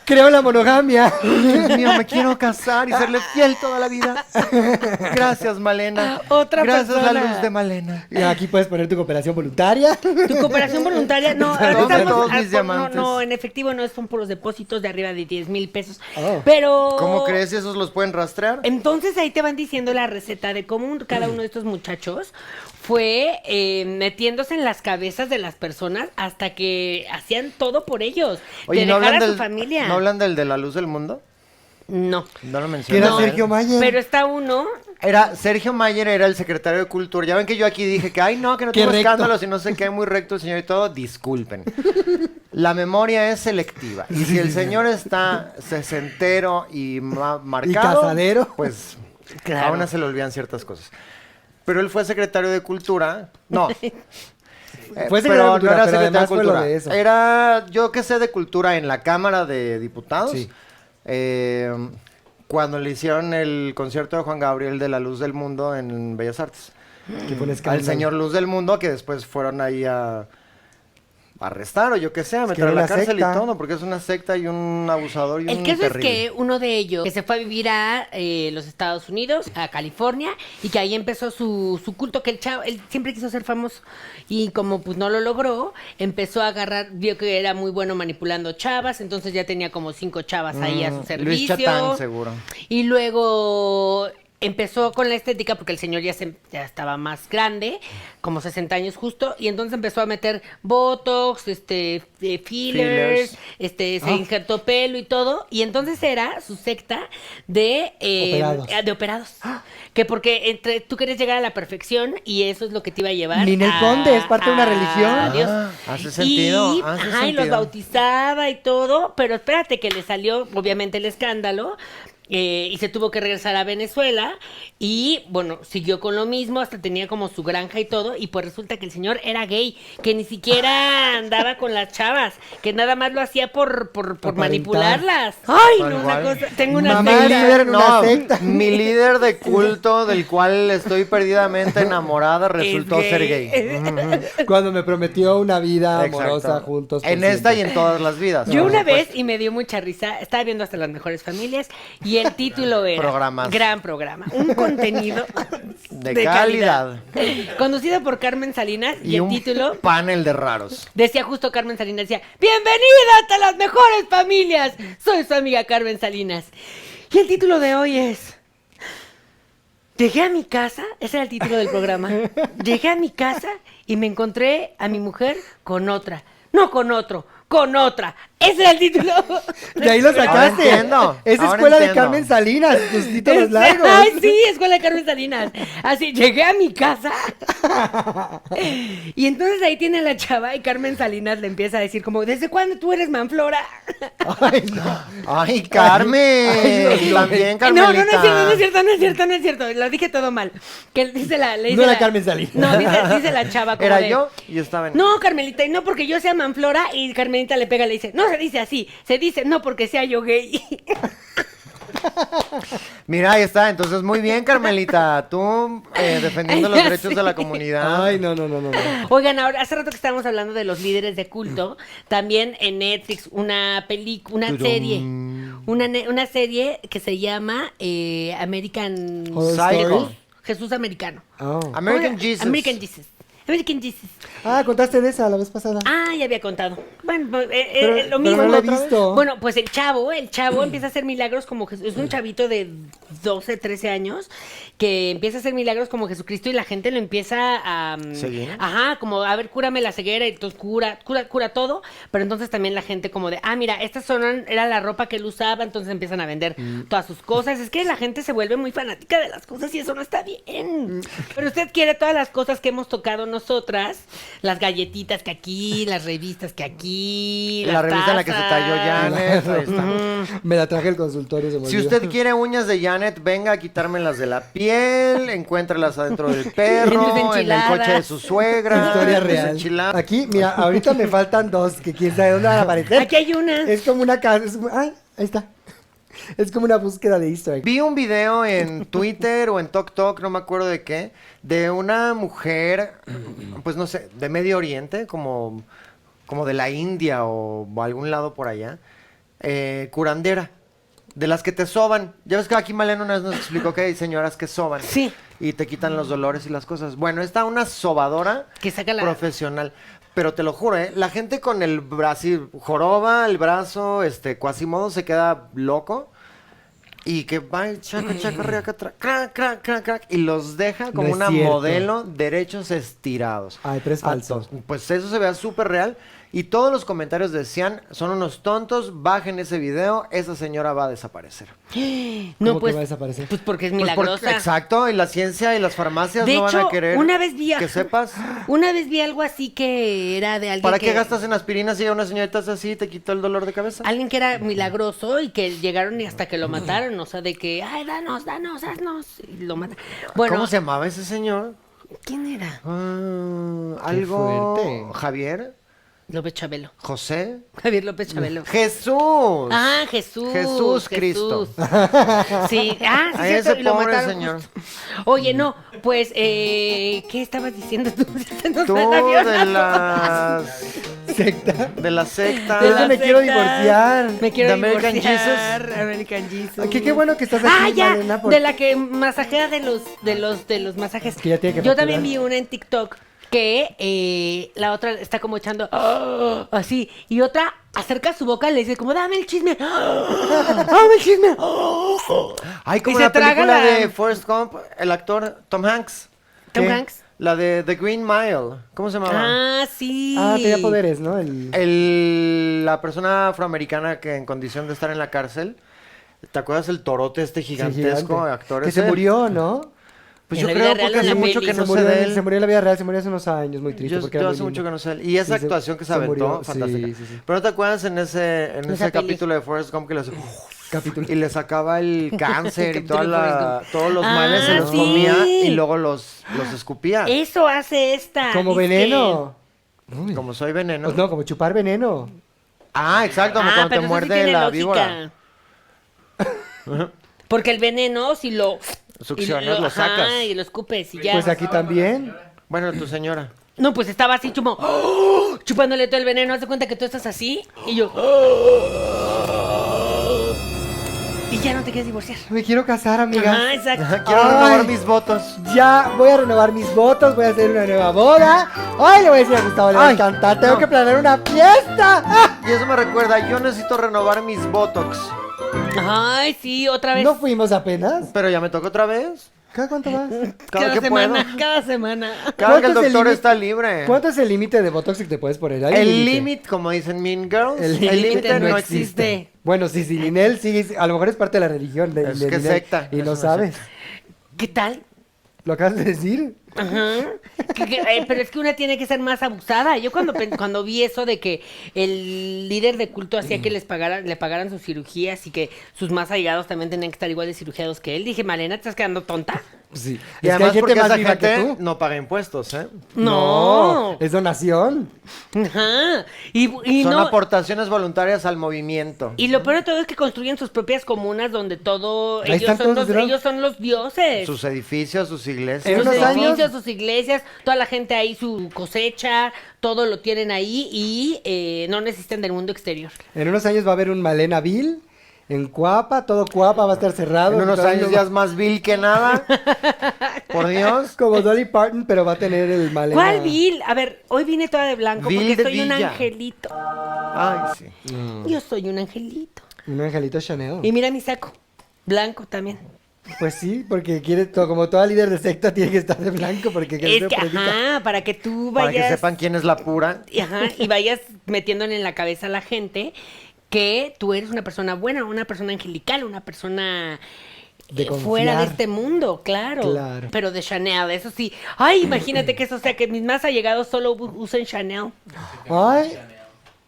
Speaker 2: Creo en la monogamia.
Speaker 4: Dios mío, me quiero casar y serle fiel toda la vida. Gracias, Malena.
Speaker 3: Otra
Speaker 4: Gracias
Speaker 3: persona.
Speaker 4: a la luz de Malena.
Speaker 2: Y aquí puedes poner tu cooperación voluntaria.
Speaker 3: Tu cooperación voluntaria, no,
Speaker 4: Perdón,
Speaker 3: ahorita
Speaker 4: de
Speaker 3: estamos-
Speaker 4: todos mis
Speaker 3: ah, por- no,
Speaker 4: diamantes.
Speaker 3: no, en efectivo no son puros depósitos de arriba de 10 mil pesos.
Speaker 2: Oh.
Speaker 3: Pero.
Speaker 4: ¿Cómo crees si esos los pueden rastrear?
Speaker 3: Entonces ahí te van diciendo la receta de cómo un- cada uno de estos muchachos fue eh, metiéndose en las cabezas de las personas hasta que hacían todo por ellos.
Speaker 4: Oye,
Speaker 3: de
Speaker 4: ¿no
Speaker 3: dejar
Speaker 4: hablan,
Speaker 3: a su
Speaker 4: del,
Speaker 3: familia.
Speaker 4: ¿no hablan del de la luz del mundo?
Speaker 3: No.
Speaker 2: Que
Speaker 4: No lo
Speaker 2: era
Speaker 4: mencionaron.
Speaker 2: Sergio Mayer.
Speaker 3: Pero está uno
Speaker 4: Era, Sergio Mayer era el secretario de Cultura. Ya ven que yo aquí dije que, ay, no, que no
Speaker 2: Qué
Speaker 4: tengo
Speaker 2: recto.
Speaker 4: escándalos y no sé qué, muy recto el señor y todo. Disculpen. La memoria es selectiva. Y si el señor está sesentero y ma- marcado,
Speaker 2: casadero.
Speaker 4: pues a una se le olvidan ciertas cosas. Pero él fue secretario de Cultura. No, eh,
Speaker 2: Fue
Speaker 4: pero
Speaker 2: secretario de Cultura,
Speaker 4: no era
Speaker 2: pero
Speaker 4: secretario de
Speaker 2: además fue lo
Speaker 4: Cultura.
Speaker 2: de eso.
Speaker 4: Era, Ah, yo que sé, de Cultura en la Cámara de Diputados.
Speaker 2: Sí.
Speaker 4: Eh, cuando le hicieron el concierto de Juan Gabriel de la Luz del Mundo en Bellas Artes.
Speaker 2: Que fue un escándalo.
Speaker 4: Al señor Luz del Mundo, que después fueron ahí a a arrestar o yo que sé, a meter
Speaker 2: era
Speaker 4: a la
Speaker 2: una
Speaker 4: cárcel
Speaker 2: secta.
Speaker 4: y todo, porque es una secta y un abusador y
Speaker 3: El
Speaker 4: un
Speaker 3: caso
Speaker 4: terrible.
Speaker 3: es que uno de ellos que se fue a vivir a eh, los Estados Unidos, a California, y que ahí empezó su, su culto, que el chavo, él siempre quiso ser famoso, y como pues no lo logró, empezó a agarrar, vio que era muy bueno manipulando chavas, entonces ya tenía como cinco chavas ahí a su
Speaker 4: Mm,
Speaker 3: servicio.
Speaker 4: Luis Chatán, seguro.
Speaker 3: Y luego empezó con la estética porque el señor ya, se- ya estaba más grande, como 60 años justo, y entonces empezó a meter botox, este, eh, fillers,
Speaker 4: Fillers.
Speaker 3: este,
Speaker 2: Ah.
Speaker 3: se injertó pelo y todo, y entonces era su secta de eh,
Speaker 2: Operados.
Speaker 3: eh, de operados, que porque entre tú querías llegar a la perfección y eso es lo que te iba a llevar.
Speaker 2: Ninel
Speaker 3: a-
Speaker 2: Conde es parte de una
Speaker 3: a
Speaker 2: religión.
Speaker 3: Dios.
Speaker 4: Ah, hace sentido,
Speaker 3: Y,
Speaker 4: hace
Speaker 3: ajá, y los
Speaker 4: sentido.
Speaker 3: bautizó bautizaba y todo, pero espérate que le salió obviamente el escándalo eh, y se tuvo que regresar a Venezuela y bueno, siguió con lo mismo, hasta tenía como su granja y todo y pues resulta que el señor era gay, que ni siquiera andaba con las chavas, que nada más lo hacía por, por, por
Speaker 2: Aparentar.
Speaker 3: manipularlas. Ay,
Speaker 4: Tal
Speaker 3: no, una
Speaker 4: cual.
Speaker 3: cosa, tengo una
Speaker 2: Mamá
Speaker 3: secta.
Speaker 2: líder en una secta.
Speaker 4: Mi líder de culto del cual estoy perdidamente enamorada resultó
Speaker 3: Es
Speaker 4: ser
Speaker 3: gay.
Speaker 4: gay.
Speaker 2: Cuando me prometió una vida
Speaker 4: Exacto.
Speaker 2: amorosa juntos. por
Speaker 4: En esta y
Speaker 2: siempre.
Speaker 4: en todas las vidas.
Speaker 3: Yo
Speaker 4: por
Speaker 3: una
Speaker 4: supuesto.
Speaker 3: vez, y me dio mucha risa, estaba viendo hasta las mejores familias, y el título era...
Speaker 4: Programas.
Speaker 3: Gran programa. Un contenido
Speaker 4: De
Speaker 3: Conducido por Carmen Salinas, y,
Speaker 4: Y
Speaker 3: el
Speaker 4: un
Speaker 3: título...
Speaker 4: panel de raros.
Speaker 3: Decía justo Carmen Salinas, decía, bienvenidas a las mejores familias. Soy su amiga Carmen Salinas. Y el título de hoy es... Llegué a mi casa, ese era el título del programa. Llegué a mi casa y me encontré a mi mujer con otra. No con otro, con otra. Ese era el título.
Speaker 2: De ahí lo
Speaker 4: Ahora
Speaker 2: sacaste.
Speaker 4: entiendo,
Speaker 2: Es
Speaker 4: ahora
Speaker 2: escuela de
Speaker 4: entiendo.
Speaker 2: Carmen Salinas, tus títulos
Speaker 3: Este-
Speaker 2: largos.
Speaker 3: Ay, sí, escuela de Carmen Salinas. Así, llegué a mi casa. Y entonces ahí tiene la chava y Carmen Salinas le empieza a decir como, ¿desde cuándo tú eres Manflora?
Speaker 2: Ay, no.
Speaker 4: ¡Ay, Carmen!
Speaker 2: Ay, Dios mío.
Speaker 4: También,
Speaker 3: No, no,
Speaker 4: Carmelita.
Speaker 3: no es cierto, no es cierto, no es cierto, no es cierto. Lo dije todo mal. Que dice la... le
Speaker 2: No
Speaker 3: dice
Speaker 2: era Carmen Salinas.
Speaker 3: No, dice, dice la chava como
Speaker 4: Era
Speaker 3: de,
Speaker 4: yo y estaba en...
Speaker 3: No, Carmelita, y no porque yo sea Manflora y Carmelita le pega y le dice, no se dice así, se dice no porque sea yo gay.
Speaker 4: Mira, ahí está. Entonces, muy bien, Carmelita. Tú eh, defendiendo los derechos de la comunidad.
Speaker 2: Ay, no, no, no, no. no.
Speaker 3: Oigan, ahora, hace rato que estábamos hablando de los líderes de culto, también en Netflix, una película, una serie, una, ne- una serie que se llama eh, American
Speaker 2: Horror
Speaker 4: Psycho.
Speaker 2: Story.
Speaker 3: Jesús Americano.
Speaker 2: Oh.
Speaker 4: American
Speaker 3: Oiga,
Speaker 4: Jesus.
Speaker 3: American Jesus. American Jesus.
Speaker 2: Ah, contaste de esa la vez pasada.
Speaker 3: Ah, ya había contado. Bueno, pues, eh, eh,
Speaker 2: Pero-
Speaker 3: lo
Speaker 2: pero
Speaker 3: mismo.
Speaker 2: no lo he
Speaker 3: otra vez.
Speaker 2: visto.
Speaker 3: Bueno, pues el chavo, el chavo empieza a hacer milagros como Jesús. Es un chavito de 12, 13 años que empieza a hacer milagros como Jesucristo y la gente lo empieza a. mm,
Speaker 4: ¿Seguir?
Speaker 3: Ajá, como a ver, cúrame la ceguera y entonces cura, cura, cura todo. Pero entonces también la gente como de, ah, mira, estas son, era la ropa que él usaba, entonces empiezan a vender
Speaker 4: Mm.
Speaker 3: todas sus cosas. Es que la gente se vuelve muy fanática de las cosas y eso no está
Speaker 4: Mm.
Speaker 3: bien. Pero usted quiere todas las cosas que hemos tocado nosotras, las galletitas que aquí, las revistas que aquí,
Speaker 4: La
Speaker 3: las
Speaker 4: revista en la que se
Speaker 3: tazas.
Speaker 4: talló Janet. ahí Ah, está.
Speaker 2: Me la traje el consultorio, se me
Speaker 4: Si
Speaker 2: olvidó.
Speaker 4: usted quiere uñas de Janet, venga a quitármelas de la piel, encuéntrelas adentro del perro,
Speaker 3: mis
Speaker 4: en el coche de
Speaker 3: enchiladas.
Speaker 4: su suegra,
Speaker 2: Historia
Speaker 4: en mis
Speaker 2: real.
Speaker 4: enchiladas.
Speaker 2: Aquí, mira, ahorita me faltan dos que quién sabe dónde van a aparecer.
Speaker 3: Aquí hay una.
Speaker 2: Es como una casa. es como- Ay, ahí está. Es como una búsqueda de Easter egg.
Speaker 4: Vi un video en Twitter o en TokTok, no me acuerdo de qué, de una mujer, pues no sé, de Medio Oriente, como, como de la India o algún lado por allá, eh, curandera, de las que te soban. Ya ves que aquí Malena una vez nos explicó que hay señoras que soban.
Speaker 3: Sí.
Speaker 4: Y te quitan los dolores y las cosas. Bueno, está una sobadora
Speaker 3: Que saca la-
Speaker 4: profesional. Pero te lo juro, ¿eh? la gente con el brazo, joroba, el brazo, este, cuasimodo se queda loco. Y que va y chaca, chaca, riaca, tra- crac, crac, crac, crac, y los deja como
Speaker 2: No es
Speaker 4: una
Speaker 2: cierto.
Speaker 4: modelo derechos estirados.
Speaker 2: Ay, pero es falso.
Speaker 4: Altos. Pues eso se vea súper real. Y todos los comentarios decían, son unos tontos, bajen ese video, esa señora va a desaparecer.
Speaker 2: ¿Cómo
Speaker 3: No,
Speaker 2: que
Speaker 3: pues,
Speaker 2: va a desaparecer?
Speaker 3: Pues porque es
Speaker 4: Pues porque-
Speaker 3: milagrosa.
Speaker 4: exacto, y la ciencia y las farmacias
Speaker 3: De
Speaker 4: no
Speaker 3: hecho,
Speaker 4: van a querer
Speaker 3: una vez vi a-
Speaker 4: que sepas.
Speaker 3: Una vez vi algo así que era de alguien
Speaker 4: ¿Para
Speaker 3: que...
Speaker 4: qué gastas en aspirinas si llega una señorita hace así y te quitó el dolor de cabeza?
Speaker 3: Alguien que era milagroso y que llegaron y hasta que lo mataron, o sea, de que, ay, danos, danos, haznos, y lo matan. Bueno,
Speaker 4: ¿Cómo se llamaba ese señor?
Speaker 3: ¿quién era?
Speaker 4: Ah, algo.
Speaker 2: fuerte.
Speaker 4: Javier,
Speaker 3: López Chabelo.
Speaker 4: José,
Speaker 3: Javier López Chabelo.
Speaker 4: Jesús.
Speaker 3: Ah, Jesús.
Speaker 4: Jesús Cristo.
Speaker 3: Sí, ah, sí,
Speaker 4: A
Speaker 3: cierto,
Speaker 4: ese
Speaker 3: y lo
Speaker 4: pobre
Speaker 3: mataron
Speaker 4: señor.
Speaker 3: justo. Oye, no, pues, eh, ¿qué estabas diciendo tú? Se nos
Speaker 4: Tú
Speaker 3: va el avión a
Speaker 4: de
Speaker 3: todos.
Speaker 4: las
Speaker 2: Secta.
Speaker 4: de la secta.
Speaker 2: De la-
Speaker 3: Las
Speaker 2: me quiero
Speaker 3: sectas.
Speaker 2: divorciar.
Speaker 3: Me quiero
Speaker 4: De American
Speaker 3: divorciar. American Jesus.
Speaker 2: Ah, qué- qué bueno que estás aquí,
Speaker 3: Ah, ya.
Speaker 2: Malena, porque-
Speaker 3: De la que masajea de los, de los, de los masajes.
Speaker 2: que ya tiene que
Speaker 3: Yo
Speaker 2: facturar.
Speaker 3: también vi una en TikTok que eh, la otra está como echando "Ah", así y otra acerca su boca y le dice como dame el chisme "Ah, dame el chisme ah".
Speaker 4: Ay, como
Speaker 3: Y se
Speaker 4: la película
Speaker 3: traga la-
Speaker 4: de Forrest Gump, el actor Tom Hanks.
Speaker 3: Tom
Speaker 4: ¿Qué?
Speaker 3: Hanks.
Speaker 4: La de The Green Mile. ¿Cómo se llamaba?
Speaker 3: ah sí
Speaker 2: Ah, tenía poderes, ¿no? El...
Speaker 4: El- la persona afroamericana que en condición de estar en la cárcel, ¿te acuerdas el torote este
Speaker 2: sí,
Speaker 4: gigantesco
Speaker 2: gigante.
Speaker 4: actor?
Speaker 2: Que
Speaker 4: ese?
Speaker 2: se murió, ¿no?
Speaker 4: Pues
Speaker 3: En la
Speaker 4: yo creo
Speaker 3: vida real
Speaker 4: porque
Speaker 3: o en
Speaker 4: hace
Speaker 3: la
Speaker 4: mucho
Speaker 3: peli.
Speaker 4: que
Speaker 2: se,
Speaker 4: no se
Speaker 2: murió,
Speaker 4: ve
Speaker 2: en-
Speaker 4: él.
Speaker 2: se murió en la vida real, se murió hace unos años, muy triste.
Speaker 4: Yo,
Speaker 2: porque
Speaker 4: yo
Speaker 2: era muy
Speaker 4: hace mucho que
Speaker 2: lindo.
Speaker 4: no sé. Y esa
Speaker 2: Sí, se-
Speaker 4: actuación que se,
Speaker 2: se
Speaker 4: aventó,
Speaker 2: murió, sí,
Speaker 4: fantástica.
Speaker 2: sí, sí.
Speaker 4: Pero no te acuerdas en ese, en
Speaker 3: Esa
Speaker 4: ese
Speaker 3: peli.
Speaker 4: capítulo de Forrest Gump que le, hace-
Speaker 2: Capítulo.
Speaker 4: y le sacaba el cáncer y
Speaker 3: Capítulo
Speaker 4: toda
Speaker 3: de
Speaker 4: la-
Speaker 3: Forrest Gump.
Speaker 4: todos los males se
Speaker 3: Ah,
Speaker 4: los
Speaker 3: sí. Eh.
Speaker 4: comía y luego los, los escupía.
Speaker 3: eso hace esta
Speaker 2: Como
Speaker 3: Ah, dice.
Speaker 2: veneno.
Speaker 4: Como soy veneno.
Speaker 2: Pues no, como chupar veneno.
Speaker 4: Ah, exacto, como
Speaker 3: Ah,
Speaker 4: cuando
Speaker 3: pero
Speaker 4: te
Speaker 3: eso sí
Speaker 4: muerde
Speaker 3: tiene
Speaker 4: la
Speaker 3: lógica.
Speaker 4: víbora.
Speaker 3: Porque el veneno, si lo...
Speaker 4: Succionas,
Speaker 3: y
Speaker 4: lo
Speaker 3: ajá,
Speaker 4: sacas.
Speaker 3: y lo escupes y ya.
Speaker 2: Pues aquí también.
Speaker 4: Bueno, tu señora.
Speaker 3: No, pues estaba así, chumo, chupándole todo el veneno. Haz de cuenta que tú estás así y yo... ¡Oh! Y ya no te quieres divorciar.
Speaker 2: Me quiero casar, amiga.
Speaker 3: Ajá, exacto.
Speaker 4: Quiero
Speaker 2: Ay.
Speaker 4: renovar mis votos.
Speaker 2: Ya voy a renovar mis votos, voy a hacer una nueva boda. Ay, le voy a decir a Gustavo, le va a
Speaker 4: Ay,
Speaker 2: encantar. Tengo
Speaker 4: no.
Speaker 2: que planear una fiesta. ¡Ah!
Speaker 4: Y eso me recuerda, yo necesito renovar mis botox.
Speaker 3: Ay, sí, otra vez.
Speaker 2: ¿No fuimos apenas?
Speaker 4: Pero ya me toca otra vez.
Speaker 2: ¿Cada cuánto vas?
Speaker 4: Cada,
Speaker 3: cada
Speaker 4: que
Speaker 3: semana,
Speaker 4: puedo.
Speaker 3: cada semana.
Speaker 4: Cada que el
Speaker 2: ¿Cuánto es el
Speaker 4: doctor
Speaker 2: límite?
Speaker 4: está libre.
Speaker 2: ¿Cuánto es el límite de Botox que te puedes poner? ¿Hay
Speaker 4: El límite, como dicen Mean Girls,
Speaker 2: El
Speaker 4: el límite no existe.
Speaker 2: Bueno, sí, sí, Ninel sigue, a lo mejor es parte de la religión de,
Speaker 4: Es
Speaker 2: de
Speaker 4: que
Speaker 2: Ninel,
Speaker 4: secta,
Speaker 2: Y
Speaker 4: es
Speaker 2: lo
Speaker 4: una
Speaker 2: sabes.
Speaker 3: ¿Qué tal?
Speaker 2: ¿Lo acabas de decir?
Speaker 3: Ajá. Que- que- eh, pero es que una tiene que ser más abusada. Yo cuando, pen- cuando vi eso de que el líder de culto hacía que les pagaran, le pagaran sus cirugías y que sus más allegados también tenían que estar igual de cirugiados que él, dije, Malena, ¿te estás quedando tonta?
Speaker 2: Sí.
Speaker 4: Y
Speaker 2: es que hay
Speaker 4: además
Speaker 2: gente
Speaker 4: porque
Speaker 2: más
Speaker 4: esa
Speaker 2: viva que
Speaker 4: gente
Speaker 2: tú.
Speaker 4: no paga impuestos, ¿eh?
Speaker 3: No.
Speaker 2: Es donación.
Speaker 3: Ajá. Y, y
Speaker 4: Son
Speaker 3: no.
Speaker 4: aportaciones voluntarias al movimiento.
Speaker 3: Y lo peor de todo es que construyen sus propias comunas donde todo.
Speaker 2: Ahí
Speaker 3: Ellos
Speaker 2: están
Speaker 3: son,
Speaker 2: todos
Speaker 3: los,
Speaker 2: los-
Speaker 3: ellos son los dioses.
Speaker 4: Sus edificios, sus
Speaker 2: En
Speaker 4: iglesias.
Speaker 3: sus
Speaker 2: unos
Speaker 4: ¿no?
Speaker 3: edificios,
Speaker 2: años-
Speaker 3: sus iglesias, toda la gente ahí, su cosecha, todo lo tienen ahí y eh, no necesitan del mundo exterior.
Speaker 2: En unos años va a haber un Malena Bill. En Cuapa, todo Cuapa va a estar cerrado.
Speaker 4: En unos
Speaker 2: Todo
Speaker 4: años
Speaker 2: mundo
Speaker 4: ya
Speaker 2: va-
Speaker 4: es más vil que nada. Por Dios.
Speaker 2: Como Dolly Parton, pero va a tener el Malena.
Speaker 3: ¿Cuál Bill? A ver, hoy vine toda de blanco
Speaker 4: Bill
Speaker 3: porque
Speaker 4: de
Speaker 3: soy un
Speaker 4: Villa. Mm.
Speaker 3: angelito.
Speaker 4: Ay, sí.
Speaker 3: Yo soy un angelito.
Speaker 2: Un angelito Chanel.
Speaker 4: Mm.
Speaker 3: Y mira mi saco, blanco también.
Speaker 2: Pues sí, porque quiere to- como toda líder de secta tiene que estar de blanco porque creo
Speaker 3: es que, ajá, para que tú
Speaker 4: Para
Speaker 3: vayas...
Speaker 4: que sepan quién es la pura.
Speaker 3: y, ajá, y vayas metiéndole en la cabeza a la gente que tú eres una persona buena, una persona angelical, una persona
Speaker 2: De
Speaker 3: eh, fuera de
Speaker 2: confiar.
Speaker 3: este mundo, claro.
Speaker 2: Claro.
Speaker 3: Pero de Chanel, eso sí. Ay, imagínate que eso sea que mis más allegados solo u- usen Chanel.
Speaker 2: Ay,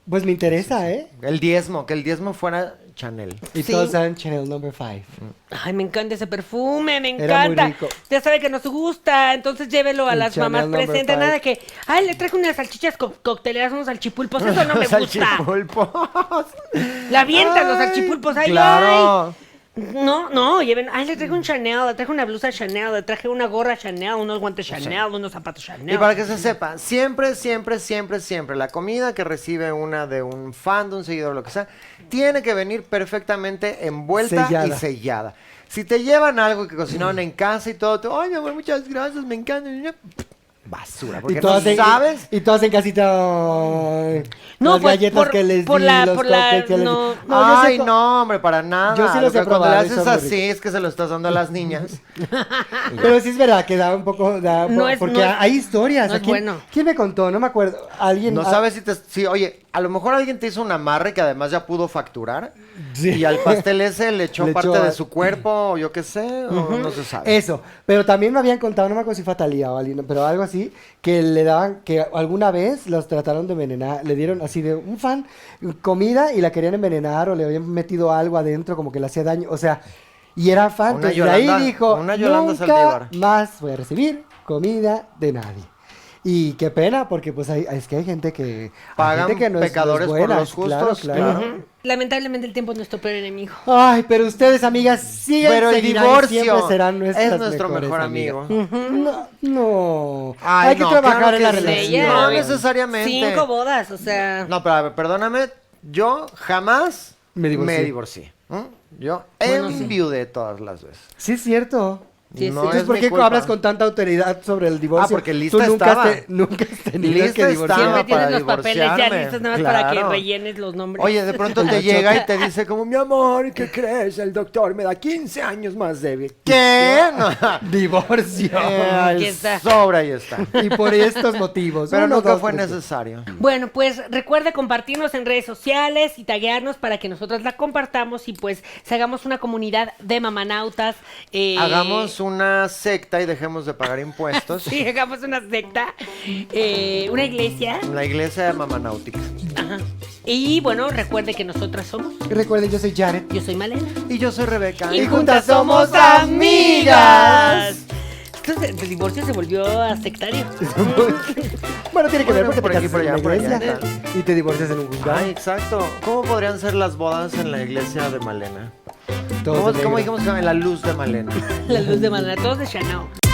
Speaker 2: pues me interesa, ¿eh?
Speaker 4: El diezmo, que el diezmo fuera Chanel.
Speaker 2: Y
Speaker 3: Sí.
Speaker 2: todos saben Chanel number 5.
Speaker 3: Ay, me encanta ese perfume, me
Speaker 2: Era muy
Speaker 3: encanta.
Speaker 2: rico.
Speaker 3: Ya sabe que nos gusta, entonces llévelo a
Speaker 2: El
Speaker 3: las
Speaker 2: Chanel
Speaker 3: mamás
Speaker 2: number
Speaker 3: presentes.
Speaker 2: five.
Speaker 3: Nada que, ay, le traje unas salchichas co- cocteleras, unos salchipulpos, eso no me gusta.
Speaker 4: Salchipulpos.
Speaker 3: La avientan los
Speaker 4: Ay,
Speaker 3: salchipulpos, ay, ay.
Speaker 4: Claro.
Speaker 3: No, no, lleven. Ay, le traje un Chanel, le traje una blusa Chanel, le traje una gorra Chanel, unos guantes Chanel, unos zapatos Chanel.
Speaker 4: Y para que se sepa, siempre, siempre, siempre, siempre, la comida que recibe una de un fan, de un seguidor, lo que sea, tiene que venir perfectamente envuelta y
Speaker 2: Sellada. Mm.
Speaker 4: sellada. Si te llevan algo que cocinaron en casa y todo, tú, ay, mi amor, muchas gracias, me encanta. Basura, porque no
Speaker 2: en,
Speaker 4: sabes.
Speaker 2: Y todas en casita. ay,
Speaker 3: No,
Speaker 2: las
Speaker 3: pues,
Speaker 2: galletas
Speaker 3: por-
Speaker 2: que les
Speaker 3: por
Speaker 2: di,
Speaker 3: la-
Speaker 2: los
Speaker 3: por la-
Speaker 2: cupcakes que les di.
Speaker 3: no.
Speaker 2: yo sí
Speaker 4: Ay,
Speaker 2: co-
Speaker 4: no, hombre, para nada.
Speaker 2: Yo sí los
Speaker 4: Lo
Speaker 2: he
Speaker 4: que cuando
Speaker 2: probado y
Speaker 4: le haces
Speaker 2: son muy
Speaker 4: así es que se lo estás dando a las niñas.
Speaker 2: Pero sí es verdad que da un poco, da un
Speaker 3: No
Speaker 2: poco-
Speaker 3: es-
Speaker 2: porque
Speaker 3: no es-
Speaker 2: hay historias.
Speaker 3: no es
Speaker 2: ¿a quién-
Speaker 3: bueno.
Speaker 2: ¿Quién me contó? No me acuerdo. Alguien.
Speaker 4: No
Speaker 2: ah,
Speaker 4: sabes si te... Sí, oye, a lo mejor alguien te hizo un amarre que además ya pudo facturar.
Speaker 2: Sí.
Speaker 4: Y al pastel ese le echó
Speaker 2: Le
Speaker 4: parte
Speaker 2: echó a-
Speaker 4: de su cuerpo, o yo qué sé, o no se sabe.
Speaker 2: Eso, pero también me habían contado, no me acuerdo si fue Talía o alguien, pero algo así, que le daban, que alguna vez los trataron de envenenar, le dieron así de un fan comida y la querían envenenar o le habían metido algo adentro como que le hacía daño, o sea, y era fan,
Speaker 4: Una
Speaker 2: entonces, y ahí
Speaker 4: Yolanda-
Speaker 2: dijo,
Speaker 4: una Yolanda
Speaker 2: nunca
Speaker 4: Saldívar".
Speaker 2: más voy a recibir comida de nadie. Y qué pena, porque pues hay, es que hay gente que... hay
Speaker 4: Pagan
Speaker 2: gente que no es- no es
Speaker 4: pecadores por
Speaker 2: buena,
Speaker 4: los justos, claro.
Speaker 3: Lamentablemente el tiempo es nuestro peor enemigo.
Speaker 2: Ay, pero ustedes, amigas, siguen
Speaker 4: Pero el
Speaker 2: seguirán y siempre
Speaker 4: divorcio
Speaker 2: serán nuestras
Speaker 4: es nuestro
Speaker 2: mejores
Speaker 4: mejor
Speaker 2: amigas.
Speaker 4: amigo.
Speaker 2: No, no.
Speaker 4: Ay,
Speaker 2: Hay que
Speaker 4: no,
Speaker 2: trabajar
Speaker 4: claro
Speaker 2: en la
Speaker 4: que sí.
Speaker 2: relación.
Speaker 4: No
Speaker 3: Ella-
Speaker 4: necesariamente.
Speaker 3: Cinco bodas, o sea.
Speaker 4: No, pero a ver, perdóname, yo jamás
Speaker 2: Me divorcié.
Speaker 4: divorcié, ¿m? Yo enviudé todas las veces.
Speaker 2: Sí, es cierto.
Speaker 3: Sí, sí.
Speaker 4: No
Speaker 2: Entonces,
Speaker 4: es
Speaker 2: ¿por
Speaker 4: mi
Speaker 2: qué
Speaker 4: culpa.
Speaker 2: hablas con tanta autoridad sobre el divorcio?
Speaker 4: Ah, porque
Speaker 2: Tú
Speaker 4: lista
Speaker 2: nunca
Speaker 4: estaba.
Speaker 2: Has te- nunca has tenido
Speaker 4: Lista
Speaker 2: que divorciar.
Speaker 4: estaba.
Speaker 3: Siempre tienes
Speaker 4: para
Speaker 3: los papeles ya
Speaker 4: divorciarme,
Speaker 3: listos nada más para que
Speaker 4: claro.
Speaker 3: rellenes los nombres.
Speaker 4: Oye, de pronto te llega y te dice como, mi amor, ¿qué crees? El doctor me da 15 años más débil. ¿Qué? No.
Speaker 2: Divorcio.
Speaker 4: Eh, al
Speaker 3: Aquí está.
Speaker 4: sobra y está.
Speaker 2: y por estos motivos.
Speaker 4: Pero
Speaker 2: Uno,
Speaker 4: nunca
Speaker 2: dos,
Speaker 4: fue
Speaker 2: tres.
Speaker 4: necesario.
Speaker 3: Bueno, pues recuerde compartirnos en redes sociales y taguearnos para que nosotros la compartamos y pues se hagamos una comunidad de mamanautas. eh,
Speaker 4: Hagamos una secta y dejemos de pagar impuestos.
Speaker 3: Sí, hagamos una secta, eh, una iglesia.
Speaker 4: La iglesia de Mamanáutica.
Speaker 3: Y bueno, recuerde que nosotras somos.
Speaker 2: Recuerden, yo soy Jared.
Speaker 3: Yo soy Malena.
Speaker 4: Y yo soy Rebeca.
Speaker 2: Y juntas somos amigas.
Speaker 3: Esto se- el divorcio se volvió a sectario.
Speaker 2: Bueno, tiene que ver porque
Speaker 4: Bueno, por
Speaker 2: te
Speaker 4: aquí,
Speaker 2: casas
Speaker 4: por
Speaker 2: en
Speaker 4: allá,
Speaker 2: una
Speaker 4: por allá,
Speaker 2: iglesia y te divorcias en un juzgado.
Speaker 4: Ay, exacto. ¿Cómo podrían ser las bodas en la iglesia de Malena?
Speaker 2: Todos
Speaker 4: ¿Cómo,
Speaker 2: de negro.
Speaker 4: cómo dijimos que se llama? La luz de Malena.
Speaker 3: La luz de Malena, todos de Chanao.